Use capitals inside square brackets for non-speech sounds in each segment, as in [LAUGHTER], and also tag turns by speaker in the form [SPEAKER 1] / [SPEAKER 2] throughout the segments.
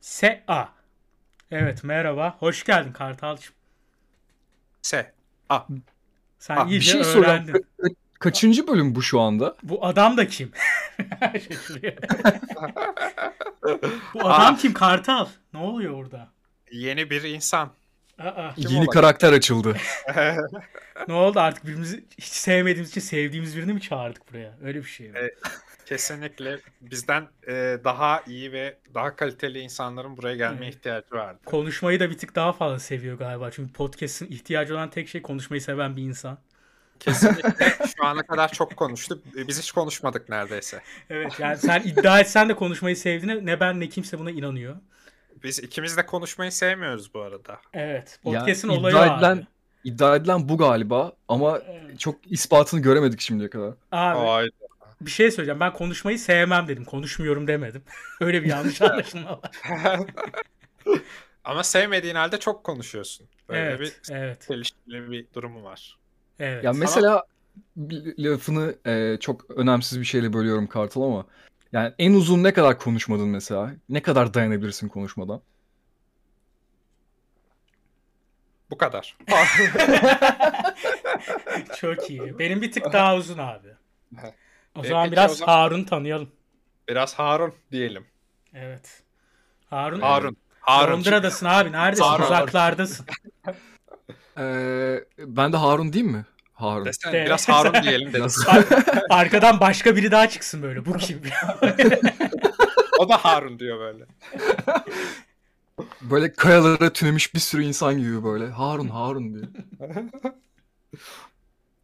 [SPEAKER 1] S-A. Evet merhaba. Hoş geldin Kartal'cığım.
[SPEAKER 2] S. A.
[SPEAKER 1] Sen
[SPEAKER 2] Ha, bir
[SPEAKER 1] iyice
[SPEAKER 3] şey soracağım.
[SPEAKER 1] öğrendin.
[SPEAKER 3] Kaçıncı bölüm bu şu anda?
[SPEAKER 1] Bu adam da kim? [LAUGHS] Şaşırıyor. Bu adam
[SPEAKER 2] Aa.
[SPEAKER 1] kim Kartal? Ne oluyor orada?
[SPEAKER 2] Yeni bir insan.
[SPEAKER 1] Aa,
[SPEAKER 2] Kim
[SPEAKER 3] Yeni
[SPEAKER 2] olabilir?
[SPEAKER 3] karakter açıldı.
[SPEAKER 1] ne oldu artık birbirimizi hiç sevmediğimiz için sevdiğimiz birini mi çağırdık buraya? Öyle bir şey mi?
[SPEAKER 2] Evet. Kesinlikle bizden e, daha iyi ve daha kaliteli insanların buraya gelmeye
[SPEAKER 1] Evet.
[SPEAKER 2] ihtiyacı vardı.
[SPEAKER 1] Konuşmayı da bir tık daha fazla seviyor galiba. Çünkü podcast'ın ihtiyacı olan tek şey konuşmayı seven bir insan.
[SPEAKER 2] Kesinlikle şu ana kadar çok konuştuk. E, Biz hiç konuşmadık neredeyse.
[SPEAKER 1] Evet yani sen iddia etsen de konuşmayı sevdiğine ne ben ne kimse buna inanıyor.
[SPEAKER 2] Biz ikimiz de konuşmayı sevmiyoruz bu arada.
[SPEAKER 1] Evet.
[SPEAKER 3] Yani
[SPEAKER 1] Podcast'ın
[SPEAKER 3] iddia
[SPEAKER 1] olayı o
[SPEAKER 3] edilen-
[SPEAKER 1] abi.
[SPEAKER 3] İddia edilen bu galiba ama
[SPEAKER 1] Evet.
[SPEAKER 3] çok ispatını göremedik şimdiye kadar.
[SPEAKER 1] Abi
[SPEAKER 2] Ay,
[SPEAKER 1] bir şey söyleyeceğim. Ben konuşmayı sevmem dedim. Konuşmuyorum demedim. [LAUGHS] Öyle bir yanlış anlaşılma var.
[SPEAKER 2] Ama sevmediğin halde çok konuşuyorsun. Böyle
[SPEAKER 1] evet,
[SPEAKER 2] bir
[SPEAKER 1] evet,
[SPEAKER 2] çelişkili bir durumu var.
[SPEAKER 1] evet.
[SPEAKER 3] Ya mesela bir lafını e, çok önemsiz bir şeyle bölüyorum Kartal ama yani en uzun ne kadar konuşmadın mesela? Ne kadar dayanabilirsin konuşmadan?
[SPEAKER 2] Bu kadar.
[SPEAKER 1] [LAUGHS] Çok iyi. Benim bir tık daha uzun abi.
[SPEAKER 2] Evet.
[SPEAKER 1] O
[SPEAKER 2] E,
[SPEAKER 1] zaman
[SPEAKER 2] peki
[SPEAKER 1] biraz
[SPEAKER 2] o zaman-
[SPEAKER 1] Harun tanıyalım.
[SPEAKER 2] Biraz Harun diyelim.
[SPEAKER 1] Evet. Harun.
[SPEAKER 2] Harun. Harun.
[SPEAKER 1] Londra'dasın abi. Neredesin?
[SPEAKER 2] [LAUGHS] Harun.
[SPEAKER 1] Uzaklardasın.
[SPEAKER 3] Ee, ben de Harun değil mi? Harun.
[SPEAKER 2] Desene,
[SPEAKER 1] De-
[SPEAKER 2] biraz Harun diyelim dedim.
[SPEAKER 3] Biraz-
[SPEAKER 1] Ar- Arkadan başka biri daha çıksın böyle. Bu kim?
[SPEAKER 2] o da Harun diyor
[SPEAKER 1] [LAUGHS]
[SPEAKER 2] böyle.
[SPEAKER 3] Böyle kayalara tünemiş bir sürü insan gibi böyle. Harun Harun diye.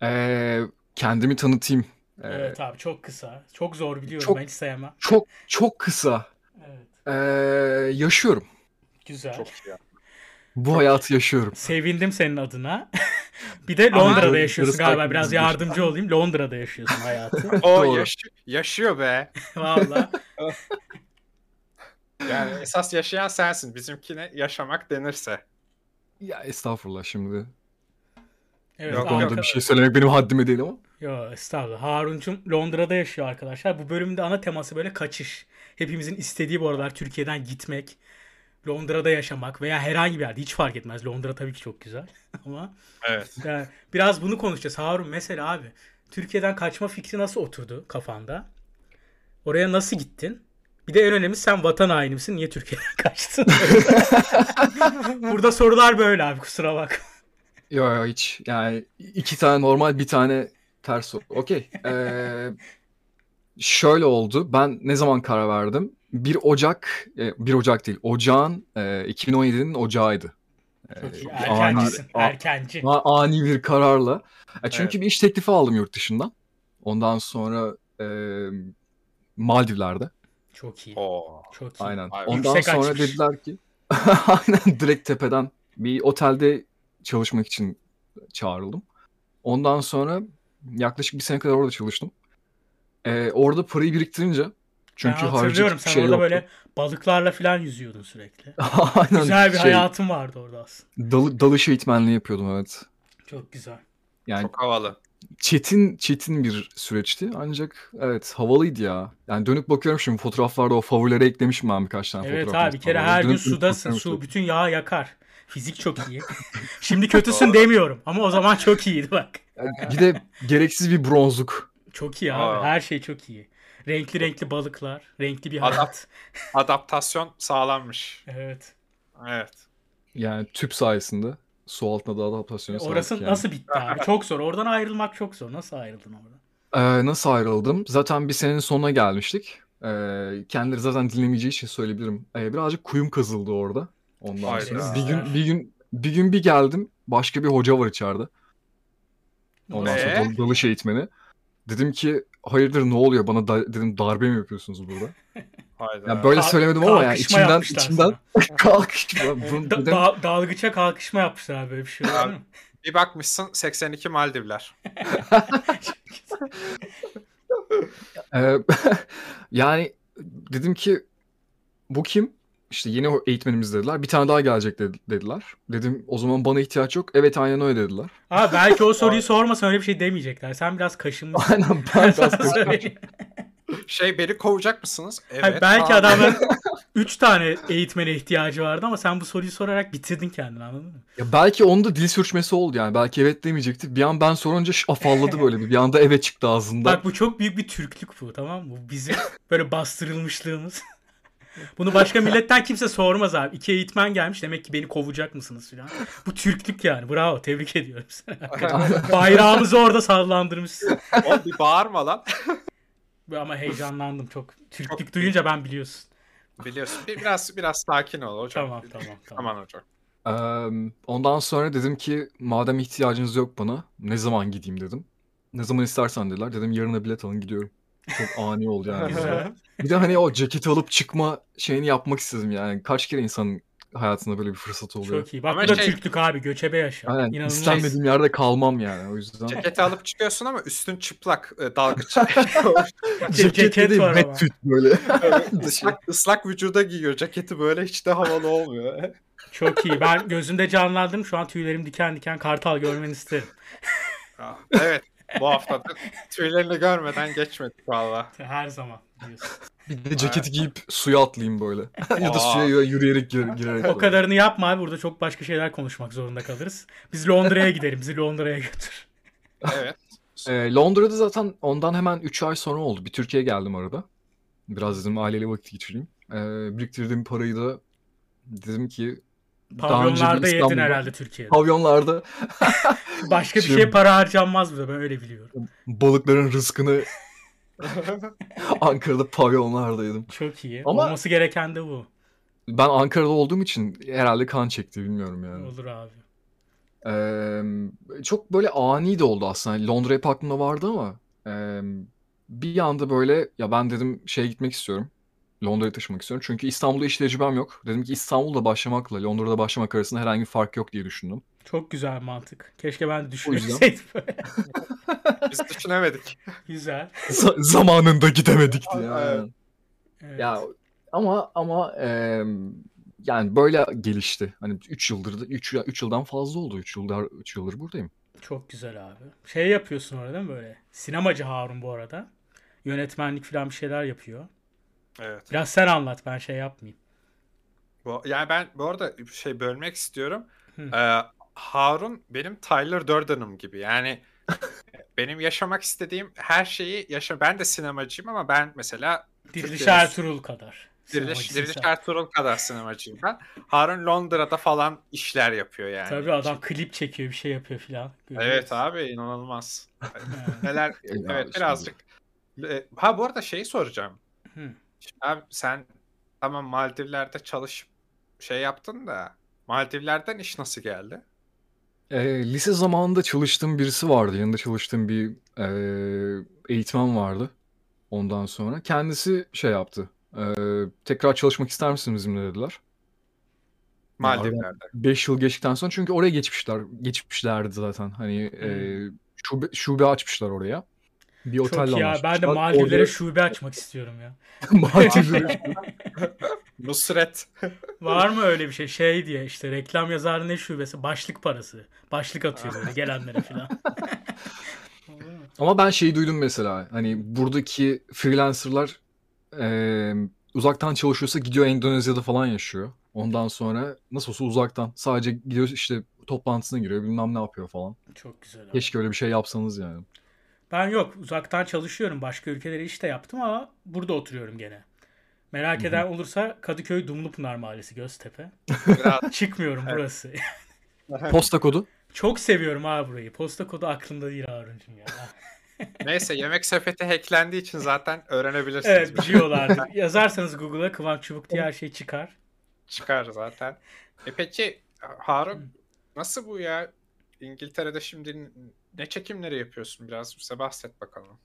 [SPEAKER 3] Ee, kendimi tanıtayım. Ee,
[SPEAKER 1] evet abi çok kısa. Çok zor biliyorum.
[SPEAKER 3] Çok-
[SPEAKER 1] Ben hiç sevmem.
[SPEAKER 3] Çok çok kısa.
[SPEAKER 1] Evet.
[SPEAKER 3] Ee, yaşıyorum.
[SPEAKER 1] Güzel.
[SPEAKER 2] Çok iyi.
[SPEAKER 3] Bu hayatı yaşıyorum.
[SPEAKER 1] Sevindim senin adına. [LAUGHS] bir de
[SPEAKER 3] Ama
[SPEAKER 1] Londra'da
[SPEAKER 3] böyle
[SPEAKER 1] yaşıyorsun
[SPEAKER 3] yarısı
[SPEAKER 1] galiba.
[SPEAKER 3] takip
[SPEAKER 1] Biraz
[SPEAKER 3] edilmiş.
[SPEAKER 1] yardımcı olayım. Londra'da yaşıyorsun hayatı.
[SPEAKER 2] [LAUGHS] O
[SPEAKER 3] Doğru.
[SPEAKER 2] yaş- yaşıyor be.
[SPEAKER 1] Valla.
[SPEAKER 2] Yani esas yaşayan sensin. Bizimkine yaşamak denirse.
[SPEAKER 3] Ya estağfurullah şimdi.
[SPEAKER 1] Evet,
[SPEAKER 2] Yok,
[SPEAKER 3] Bu
[SPEAKER 2] yok,
[SPEAKER 3] konuda
[SPEAKER 1] arka-
[SPEAKER 3] bir şey söylemek benim haddime değil ama.
[SPEAKER 1] Yo estağfurullah. Haruncum Londra'da yaşıyor arkadaşlar. Bu bölümde ana teması böyle kaçış. Hepimizin istediği bu aralar Türkiye'den gitmek, Londra'da yaşamak veya herhangi bir yerde hiç fark etmez. Londra tabii ki çok güzel [LAUGHS] ama
[SPEAKER 2] [LAUGHS] Evet.
[SPEAKER 1] yani biraz bunu konuşacağız. Harun mesela abi Türkiye'den kaçma fikri nasıl oturdu kafanda? Oraya nasıl gittin? Bir de en önemlisi sen vatan haini misin? Niye Türkiye'den [LAUGHS] kaçtın? Burada sorular böyle abi kusura bak.
[SPEAKER 3] Yok yok hiç. Yani iki tane normal bir tane ters soru. Okey. Ee, şöyle oldu. Ben ne zaman karar verdim? 1 Ocak, e, 1 Ocak değil. Ocağın e, 2017'nin ocağıydı. Ee, çok
[SPEAKER 1] Erkencisin.
[SPEAKER 3] ani-
[SPEAKER 1] Erkenci.
[SPEAKER 3] Ma- ani bir kararla. E, çünkü bir iş teklifi aldım yurt dışından. Ondan sonra e, Maldivler'de.
[SPEAKER 1] Çok iyi.
[SPEAKER 2] Oo.
[SPEAKER 1] Çok iyi.
[SPEAKER 3] Aynen.
[SPEAKER 2] Vay be.
[SPEAKER 3] Ondan
[SPEAKER 1] Yüksek
[SPEAKER 3] sonra
[SPEAKER 1] açmış.
[SPEAKER 3] dediler ki [LAUGHS] aynen direkt tepeden bir otelde çalışmak için çağrıldım. Ondan sonra yaklaşık bir sene kadar orada çalıştım. Ee, orada parayı biriktirince çünkü
[SPEAKER 1] ben hatırlıyorum
[SPEAKER 3] harcayacak bir
[SPEAKER 1] sen
[SPEAKER 3] şey
[SPEAKER 1] orada
[SPEAKER 3] yoktu.
[SPEAKER 1] böyle balıklarla falan yüzüyordun sürekli.
[SPEAKER 3] [LAUGHS] aynen
[SPEAKER 1] Güzel bir
[SPEAKER 3] şey,
[SPEAKER 1] hayatın vardı orada aslında.
[SPEAKER 3] Dal, dalış eğitmenliği yapıyordum evet.
[SPEAKER 1] Çok güzel.
[SPEAKER 3] Yani
[SPEAKER 2] Çok havalı.
[SPEAKER 3] çetin çetin bir süreçti ancak evet havalıydı ya. Yani dönüp bakıyorum şimdi fotoğraflarda o favorilere eklemişim ben birkaç tane
[SPEAKER 1] evet
[SPEAKER 3] fotoğraf.
[SPEAKER 1] abi bir kere
[SPEAKER 3] mesela.
[SPEAKER 1] her gün
[SPEAKER 3] Dönüp dönüp
[SPEAKER 1] sudasın.
[SPEAKER 3] bakıyorum
[SPEAKER 1] Su
[SPEAKER 3] sürekli.
[SPEAKER 1] bütün yağı yakar. Fizik çok iyi. Şimdi kötüsün demiyorum ama o zaman çok iyiydi bak.
[SPEAKER 3] Yani bir de gereksiz bir bronzluk.
[SPEAKER 1] Çok iyi abi.
[SPEAKER 2] Aa.
[SPEAKER 1] Her şey çok iyi. Renkli renkli balıklar, renkli bir
[SPEAKER 2] Adam-
[SPEAKER 1] hayat.
[SPEAKER 2] Adaptasyon sağlanmış.
[SPEAKER 1] Evet.
[SPEAKER 2] Evet.
[SPEAKER 3] Yani tüp sayesinde su altına da adaptasyona sahip.
[SPEAKER 1] E, Orası
[SPEAKER 3] yani.
[SPEAKER 1] nasıl bitti abi? Çok zor. Oradan ayrılmak çok zor. Nasıl ayrıldın oradan?
[SPEAKER 3] Ee, nasıl ayrıldım? Zaten bir senenin sonuna gelmiştik. Ee, kendileri zaten dinlemeyeceği için söyleyebilirim. Ee, birazcık kuyum kazıldı orada. Ondan
[SPEAKER 2] Hayda.
[SPEAKER 3] sonra bir gün bir gün bir gün bir geldim. Başka bir hoca var içeride. Ondan
[SPEAKER 2] Ve?
[SPEAKER 3] sonra
[SPEAKER 1] Ee?
[SPEAKER 3] dal- dalış eğitmeni. Dedim ki hayırdır ne oluyor bana da- dedim darbe mi yapıyorsunuz burada?
[SPEAKER 2] Hayda.
[SPEAKER 3] Yani böyle
[SPEAKER 1] Kalk-
[SPEAKER 3] söylemedim ama yani
[SPEAKER 1] kalkışma
[SPEAKER 3] içimden
[SPEAKER 1] yapmışlar
[SPEAKER 3] içimden
[SPEAKER 1] sana.
[SPEAKER 3] [LAUGHS]
[SPEAKER 1] Ee,
[SPEAKER 3] kalk.
[SPEAKER 1] Da-
[SPEAKER 3] Bunu dedim,
[SPEAKER 1] da- dalgıça kalkışma yapmışlar abi böyle bir şey var
[SPEAKER 2] Abi.
[SPEAKER 1] mı?
[SPEAKER 2] Bir bakmışsın 82 Maldivler.
[SPEAKER 3] Ee, [LAUGHS] yani dedim ki bu kim? İşte yeni o- eğitmenimiz dediler. Bir tane daha gelecek dedi- dediler. Dedim o zaman bana ihtiyaç yok. Evet aynen öyle dediler. [LAUGHS]
[SPEAKER 1] Abi belki o soruyu sormasan öyle bir şey demeyecekler. Sen biraz kaşınmışsın. [LAUGHS]
[SPEAKER 3] Aynen ben
[SPEAKER 1] Sana şey
[SPEAKER 3] biraz
[SPEAKER 1] söyleyeyim.
[SPEAKER 2] Şey beni kovacak mısınız? Evet.
[SPEAKER 1] Hayır, belki
[SPEAKER 2] abi.
[SPEAKER 1] adamlar Üç tane eğitmene ihtiyacı vardı ama sen bu soruyu sorarak bitirdin kendini anladın mı?
[SPEAKER 3] Ya belki onda dil sürçmesi oldu yani. Belki evet demeyecekti. Bir an ben sorunca ş- afalladı böyle bir. Bir anda evet çıktı ağzından.
[SPEAKER 1] Bak bu çok büyük bir Türklük bu tamam mı? Bu Bizim böyle bastırılmışlığımız. [LAUGHS] Bunu başka milletten kimse sormaz abi. İki eğitmen gelmiş demek ki beni kovacak mısınız filan. Bu Türklük yani bravo tebrik ediyorum seni. Bayrağımızı orada sallandırmışsın.
[SPEAKER 2] [LAUGHS] Oğlum bir bağırma lan.
[SPEAKER 1] Ama heyecanlandım çok. Türklük duyunca ben biliyorsun.
[SPEAKER 2] Biliyorsun. Bir- biraz biraz sakin ol hocam.
[SPEAKER 1] Tamam tamam tamam.
[SPEAKER 2] Aman hocam.
[SPEAKER 3] Eee, ondan sonra dedim ki madem ihtiyacınız yok bana ne zaman gideyim dedim. Ne zaman istersen dediler. Dedim yarına bilet alın gidiyorum.
[SPEAKER 1] [LAUGHS]
[SPEAKER 3] Çok ani oldu yani.
[SPEAKER 1] Güzel.
[SPEAKER 3] bir de hani o ceketi alıp çıkma şeyini yapmak istedim yani. Kaç kere insanın hayatında böyle bir fırsat oluyor.
[SPEAKER 1] Çok iyi. Bak
[SPEAKER 2] Ama
[SPEAKER 1] bu da
[SPEAKER 2] şey-
[SPEAKER 1] Türklük abi göçebe yaşa.
[SPEAKER 3] Aynen.
[SPEAKER 1] İnanılmaz.
[SPEAKER 3] İstenmediğim yerde kalmam yani. O yüzden [LAUGHS]
[SPEAKER 2] Ceketi alıp çıkıyorsun ama üstün çıplak e, dalgıç.
[SPEAKER 1] Ceket
[SPEAKER 3] Cekette değil,
[SPEAKER 1] var ama.
[SPEAKER 3] wetsuit
[SPEAKER 1] [LAUGHS]
[SPEAKER 3] böyle.
[SPEAKER 2] Islak, ıslak vücuda giyiyor. Ceketi böyle hiç de havalı olmuyor.
[SPEAKER 1] Çok iyi. Ben gözümde canlandım. Şu an tüylerim diken diken kartal görmeni isterim.
[SPEAKER 2] Ya, evet. Bu hafta da tüylerini görmeden geçmedik valla.
[SPEAKER 1] Her zaman diyorsun.
[SPEAKER 3] Bir de ceketi giyip suya atlayayım böyle. [LAUGHS] ya da
[SPEAKER 2] Aa.
[SPEAKER 3] suya yürüyerek gir- girerek.
[SPEAKER 1] O
[SPEAKER 3] böyle.
[SPEAKER 1] kadarını yapma abi. Burada çok başka şeyler konuşmak zorunda kalırız. Biz Londra'ya gidelim. Bizi Londra'ya götür.
[SPEAKER 2] Evet. [LAUGHS]
[SPEAKER 3] Ee, Londra'da zaten ondan hemen 3 ay sonra oldu. Bir Türkiye'ye geldim arada. Biraz dedim aileyle vakit geçireyim. Ee, biriktirdiğim parayı da dedim ki daha önce bir
[SPEAKER 1] Pavyonlarda yedin
[SPEAKER 3] İstanbul'da-
[SPEAKER 1] herhalde Türkiye'de.
[SPEAKER 3] Pavyonlarda
[SPEAKER 1] Başka bir
[SPEAKER 3] Şimdi-
[SPEAKER 1] şeye para harcanmaz burada. Ben öyle biliyorum.
[SPEAKER 3] balıkların rızkını [LAUGHS] Ankara'da pavyonlarda yedim.
[SPEAKER 1] Çok iyi.
[SPEAKER 3] Ama-
[SPEAKER 1] Olması gereken de bu.
[SPEAKER 3] Ben Ankara'da olduğum için herhalde kan çekti bilmiyorum yani.
[SPEAKER 1] Olur abi.
[SPEAKER 3] Eee, çok böyle ani de oldu aslında. Hani Londra hep aklımda vardı ama eee, bir anda böyle ya ben dedim şeye gitmek istiyorum. Londra'ya taşımak istiyorum. Çünkü İstanbul'da iş tecrübem yok. Dedim ki İstanbul'da başlamakla Londra'da başlamak arasında herhangi bir fark yok diye düşündüm. [LAUGHS]
[SPEAKER 1] Çok güzel mantık. Keşke ben de
[SPEAKER 3] yüzden-
[SPEAKER 1] düşünseydim. böyle.
[SPEAKER 2] Biz düşünemedik.
[SPEAKER 1] [LAUGHS] güzel.
[SPEAKER 3] Z- zamanında gidemedik diye.
[SPEAKER 2] Evet.
[SPEAKER 1] Evet.
[SPEAKER 3] Ya ama ama eee, yani böyle gelişti. Hani 3 yıldır da 3 3 yıldan fazla oldu. 3 yıldır 3 yıldır buradayım.
[SPEAKER 1] Çok güzel abi. Şey yapıyorsun orada değil mi böyle? Sinemacı Harun bu arada. Yönetmenlik falan bir şeyler yapıyor.
[SPEAKER 2] Evet.
[SPEAKER 1] Biraz sen anlat ben şey yapmayayım.
[SPEAKER 2] Bu, yani ben bu arada bir şey bölmek istiyorum.
[SPEAKER 1] Hı.
[SPEAKER 2] Ee, Harun benim Tyler Durden'ım gibi.
[SPEAKER 1] [LAUGHS]
[SPEAKER 2] Yani benim yaşamak istediğim her şeyi yaşa. Ben de sinemacıyım ama ben mesela
[SPEAKER 1] Diriliş
[SPEAKER 2] Türkiye'de-
[SPEAKER 1] Ertuğrul kadar.
[SPEAKER 2] Diriliş,
[SPEAKER 1] Sinemacısın
[SPEAKER 2] Diriliş
[SPEAKER 1] sen.
[SPEAKER 2] Ertuğrul kadar sinemacıyım ben. Harun Londra'da falan işler yapıyor yani.
[SPEAKER 1] Tabii adam klip çekiyor bir şey yapıyor filan.
[SPEAKER 2] Evet abi inanılmaz.
[SPEAKER 1] Evet.
[SPEAKER 2] Neler
[SPEAKER 3] Yani
[SPEAKER 2] evet
[SPEAKER 3] şimdi-
[SPEAKER 2] birazcık. E, Ha bu arada şeyi soracağım.
[SPEAKER 1] Hı.
[SPEAKER 2] Şimdi Abi sen tamam Maldivler'de çalışıp şey yaptın da Maldivler'den iş nasıl geldi?
[SPEAKER 3] Ee, lise zamanında çalıştığım birisi vardı. Yanında çalıştığım bir ee, eğitmen vardı. Ondan sonra kendisi şey yaptı. Ee, tekrar çalışmak ister misin bizimle dediler. [LAUGHS]
[SPEAKER 2] Maldivler'de.
[SPEAKER 3] 5 yıl geçtikten sonra çünkü oraya geçmişler. Geçmişlerdi zaten. Hani ee, şube, şube açmışlar oraya. [LAUGHS] Bir otel
[SPEAKER 1] Hmm. Çok ya ben de Maldivlere şube açmak istiyorum ya.
[SPEAKER 3] [LAUGHS] Maldivlere
[SPEAKER 2] Nusret.
[SPEAKER 1] Var mı öyle bir şey? Şey diye işte reklam yazarı ne şubesi? Başlık parası. Başlık atıyor böyle gelenlere filan.
[SPEAKER 2] [LAUGHS]
[SPEAKER 1] Olur mu?
[SPEAKER 3] Ama ben şeyi duydum mesela. Hani buradaki freelancerlar eee, uzaktan çalışıyorsa gidiyor Endonezya'da falan yaşıyor. Ondan sonra nasıl olsa uzaktan. Sadece gidiyor işte toplantısına giriyor bilmem ne yapıyor falan.
[SPEAKER 1] Çok güzel abi.
[SPEAKER 3] Keşke öyle bir şey yapsanız yani.
[SPEAKER 1] Ben yok uzaktan çalışıyorum. Başka ülkelere iş de yaptım ama burada oturuyorum gene. Merak eden olursa Kadıköy Dumlupınar Mahallesi Göztepe.
[SPEAKER 2] Biraz
[SPEAKER 1] Çıkmıyorum burası.
[SPEAKER 3] Posta kodu.
[SPEAKER 1] Çok seviyorum abi burayı. Posta kodu aklımda değil Harun'cum ya.
[SPEAKER 3] [LAUGHS]
[SPEAKER 2] Neyse yemek sepeti hacklendiği için zaten öğrenebilirsiniz. şey
[SPEAKER 1] evet biliyorlardı. Yazarsanız Google'a Kıvanç Çubuk diye her şey çıkar.
[SPEAKER 2] Çıkar zaten. E peki Harun nasıl bu ya? İngiltere'de şimdi ne çekimleri yapıyorsun? Biraz bize bahset bakalım.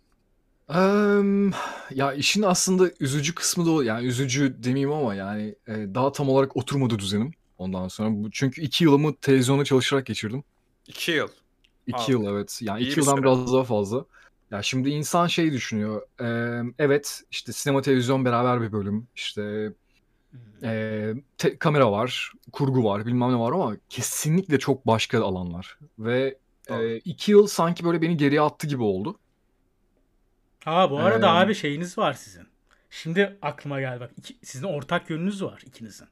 [SPEAKER 3] Em, ya işin aslında üzücü kısmı da o. Yani üzücü demeyeyim ama yani e, daha tam olarak oturmadı düzenim. Ondan sonra bu, çünkü iki yılımı televizyonda çalışarak geçirdim.
[SPEAKER 2] İki yıl.
[SPEAKER 3] İki
[SPEAKER 2] Abi,
[SPEAKER 3] yıl evet. Yani
[SPEAKER 2] iyi
[SPEAKER 3] iki
[SPEAKER 2] bir
[SPEAKER 3] yıldan
[SPEAKER 2] süre.
[SPEAKER 3] biraz daha fazla. Ya şimdi insan şey düşünüyor. eee, evet işte sinema televizyon beraber bir bölüm. İşte Hmm. eee, te- kamera var, kurgu var, bilmem ne var ama kesinlikle çok başka alanlar. Ve
[SPEAKER 2] Doğru.
[SPEAKER 3] eee, iki yıl sanki böyle beni geriye attı gibi oldu.
[SPEAKER 1] Ha bu arada
[SPEAKER 3] Ee,
[SPEAKER 1] abi şeyiniz var sizin. Şimdi aklıma geldi bak. İki, sizin ortak yönünüz var ikinizin.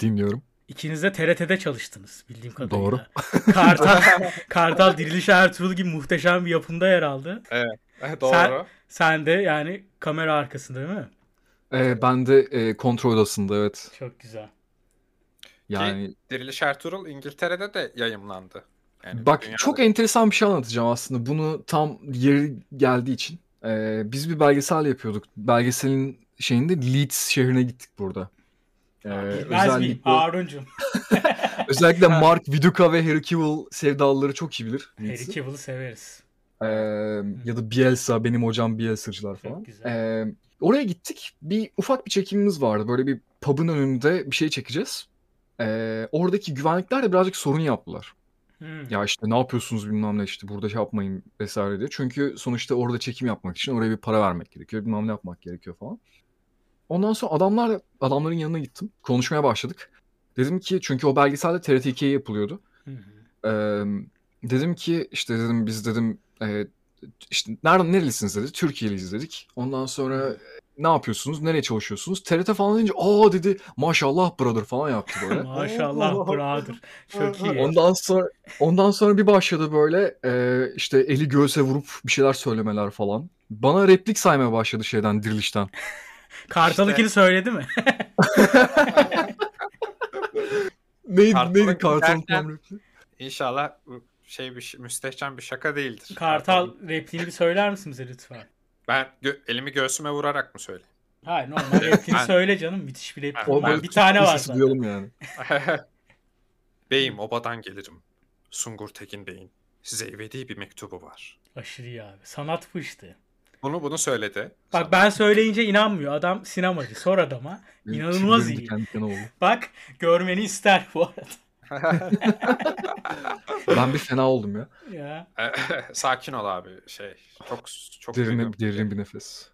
[SPEAKER 3] Dinliyorum.
[SPEAKER 1] İkiniz de TRT'de çalıştınız bildiğim kadarıyla.
[SPEAKER 3] Doğru.
[SPEAKER 1] [LAUGHS]
[SPEAKER 3] [LAUGHS]
[SPEAKER 1] Kartal, Kartal Diriliş Ertuğrul gibi muhteşem bir yapımda yer aldı.
[SPEAKER 2] Doğru.
[SPEAKER 1] Sen- Sen de yani kamera arkasında değil mi?
[SPEAKER 3] Ee, ben de e, kontrol odasında evet.
[SPEAKER 1] Çok güzel.
[SPEAKER 3] Yani
[SPEAKER 2] Diriliş Ertuğrul İngiltere'de de yayımlandı. Yani
[SPEAKER 3] Bak
[SPEAKER 2] dünyada-
[SPEAKER 3] çok enteresan bir şey anlatacağım aslında. Bunu tam yeri geldiği için. Ee, biz bir belgesel yapıyorduk. Belgeselin şeyinde Leeds şehrine gittik burada. Ee,
[SPEAKER 1] Bilmez miyim?
[SPEAKER 3] özellikle,
[SPEAKER 1] Harun'cum. [LAUGHS]
[SPEAKER 3] özellikle Mark Viduka ve Harry Kewell sevdalıları çok iyi bilir.
[SPEAKER 1] Harry
[SPEAKER 3] Leeds'i.
[SPEAKER 1] Cavill'ı severiz.
[SPEAKER 3] Ee, ya da Bielsa, benim hocam Bielsa'cılar falan.
[SPEAKER 1] Çok güzel.
[SPEAKER 3] Ee, oraya gittik. Bir ufak bir çekimimiz vardı. Böyle bir pub'ın önünde bir şey çekeceğiz. Ee, oradaki güvenlikler de birazcık sorun yaptılar.
[SPEAKER 1] Hmm.
[SPEAKER 3] Ya işte ne yapıyorsunuz bilmem ne işte burada şey yapmayın vesaire diye. Çünkü sonuçta orada çekim yapmak için oraya bir para vermek gerekiyor. Bilmem ne yapmak gerekiyor falan. Ondan sonra adamlar adamların yanına gittim. Konuşmaya başladık. Dedim ki çünkü o belgeselde TRT 2'ye yapılıyordu.
[SPEAKER 1] Hı hı.
[SPEAKER 3] Ee, dedim ki işte dedim biz dedim e, işte nereden nerelisiniz dedi. Türkiye'liyiz dedik. Ondan sonra e, ne yapıyorsunuz? Nereye çalışıyorsunuz? TRT falan deyince aa dedi maşallah brother falan yaptı
[SPEAKER 1] [LAUGHS]
[SPEAKER 3] böyle.
[SPEAKER 1] Maşallah brother. Çok iyi.
[SPEAKER 3] Ondan sonra ondan sonra bir başladı böyle e, işte eli göğse vurup bir şeyler söylemeler falan. Bana replik saymaya başladı şeyden dirilişten.
[SPEAKER 1] Kartal'ınkini söyledi mi?
[SPEAKER 3] Neydi
[SPEAKER 2] Kartal
[SPEAKER 3] neydi kartalın
[SPEAKER 2] giderken-
[SPEAKER 3] tam repliği?
[SPEAKER 2] İnşallah bu şey bir şey- müstehcen bir şaka değildir.
[SPEAKER 1] Kartal repliğini bir söyler misin bize lütfen?
[SPEAKER 2] Ben gö- elimi göğsüme vurarak mı söyleyeyim? [LAUGHS]
[SPEAKER 1] Hayır normal repliğini
[SPEAKER 2] Ben-
[SPEAKER 1] söyle canım. Müthiş bir replik.
[SPEAKER 3] O
[SPEAKER 2] Ben-
[SPEAKER 3] böyle
[SPEAKER 1] bir tane
[SPEAKER 3] Türk
[SPEAKER 1] var
[SPEAKER 3] lisesi
[SPEAKER 1] zaten.
[SPEAKER 3] duyalım yani.
[SPEAKER 2] Beyim obadan gelirim. Sungur Tekin Bey'in size ebedi bir mektubu var.
[SPEAKER 1] Aşırı iyi abi. Sanat bu işte.
[SPEAKER 2] Bunu bunu söyledi. [LAUGHS]
[SPEAKER 1] Bak ben söyleyince inanmıyor. Adam sinemacı. Sor adama. İnanılmaz
[SPEAKER 3] Tüylerim
[SPEAKER 1] iyi.
[SPEAKER 3] diken diken oldu.
[SPEAKER 1] Bak görmeni ister bu arada.
[SPEAKER 3] Ben bir fena oldum ya.
[SPEAKER 1] Ya.
[SPEAKER 2] Sakin ol abi. Şey çok çok
[SPEAKER 3] Derin,
[SPEAKER 2] duydum.
[SPEAKER 3] derin bir nefes.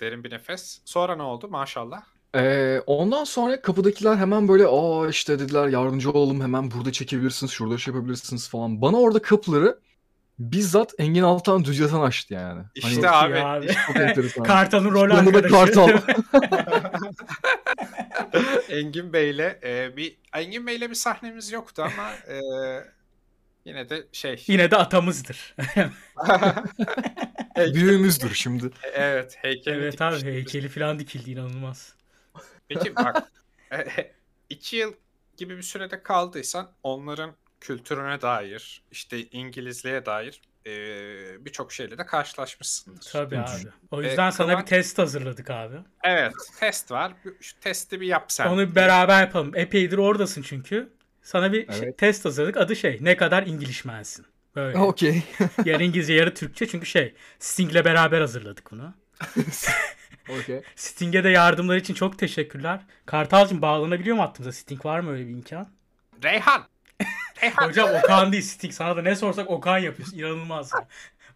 [SPEAKER 2] Derin bir nefes. Sonra ne oldu maşallah? [LAUGHS]
[SPEAKER 3] Ee, ondan sonra kapıdakiler hemen böyle aa işte dediler yardımcı olalım hemen burada çekebilirsiniz şurada şey yapabilirsiniz falan. Bana orada kapıları bizzat Engin Altan Düzcatan açtı yani. Hani
[SPEAKER 2] İşte
[SPEAKER 1] Çok
[SPEAKER 2] abi.
[SPEAKER 1] iyi abi. [LAUGHS]
[SPEAKER 3] çok enteresan.
[SPEAKER 1] Kartal'ın rolü
[SPEAKER 3] Yanında da
[SPEAKER 1] arkadaşı. [LAUGHS]
[SPEAKER 3] Kartal.
[SPEAKER 2] Engin Bey'le e, bir Engin Bey'le bir sahnemiz yoktu ama e, yine de şey.
[SPEAKER 1] Yine de atamızdır.
[SPEAKER 2] [LAUGHS]
[SPEAKER 3] Büyüğümüzdür şimdi.
[SPEAKER 2] E,
[SPEAKER 1] [LAUGHS]
[SPEAKER 2] evet heykeli
[SPEAKER 1] evet abi
[SPEAKER 2] dikmiştik biz.
[SPEAKER 1] heykeli falan dikildi inanılmaz.
[SPEAKER 2] Peki bak e, iki yıl gibi bir sürede kaldıysan onların kültürüne dair işte İngilizliğe dair e, birçok şeyle de karşılaşmışsındır.
[SPEAKER 1] Tabii
[SPEAKER 3] Hı.
[SPEAKER 1] abi. O
[SPEAKER 2] E,
[SPEAKER 1] yüzden sana
[SPEAKER 2] Kıvan-
[SPEAKER 1] bir test hazırladık abi.
[SPEAKER 2] Evet test var. Bu- Şu testi bir yap sen.
[SPEAKER 1] Onu beraber yapalım. Epeydir oradasın çünkü. Sana bir şey-
[SPEAKER 3] Evet. Oh.
[SPEAKER 1] test hazırladık. Adı şey ne kadar İngilizmensin. Böyle.
[SPEAKER 3] Okey.
[SPEAKER 1] [LAUGHS] Yarı İngilizce yarı Türkçe çünkü şey Sting'le beraber hazırladık bunu.
[SPEAKER 3] Okey.
[SPEAKER 1] Sting'e de yardımları için çok teşekkürler. Kartal'cığım bağlanabiliyor mu hattımıza? Sting var mı öyle bir imkan?
[SPEAKER 2] Reyhan. Reyhan.
[SPEAKER 1] Hocam Okan değil Sting. Sana da ne sorsak Okan yapıyorsun. İnanılmaz ya.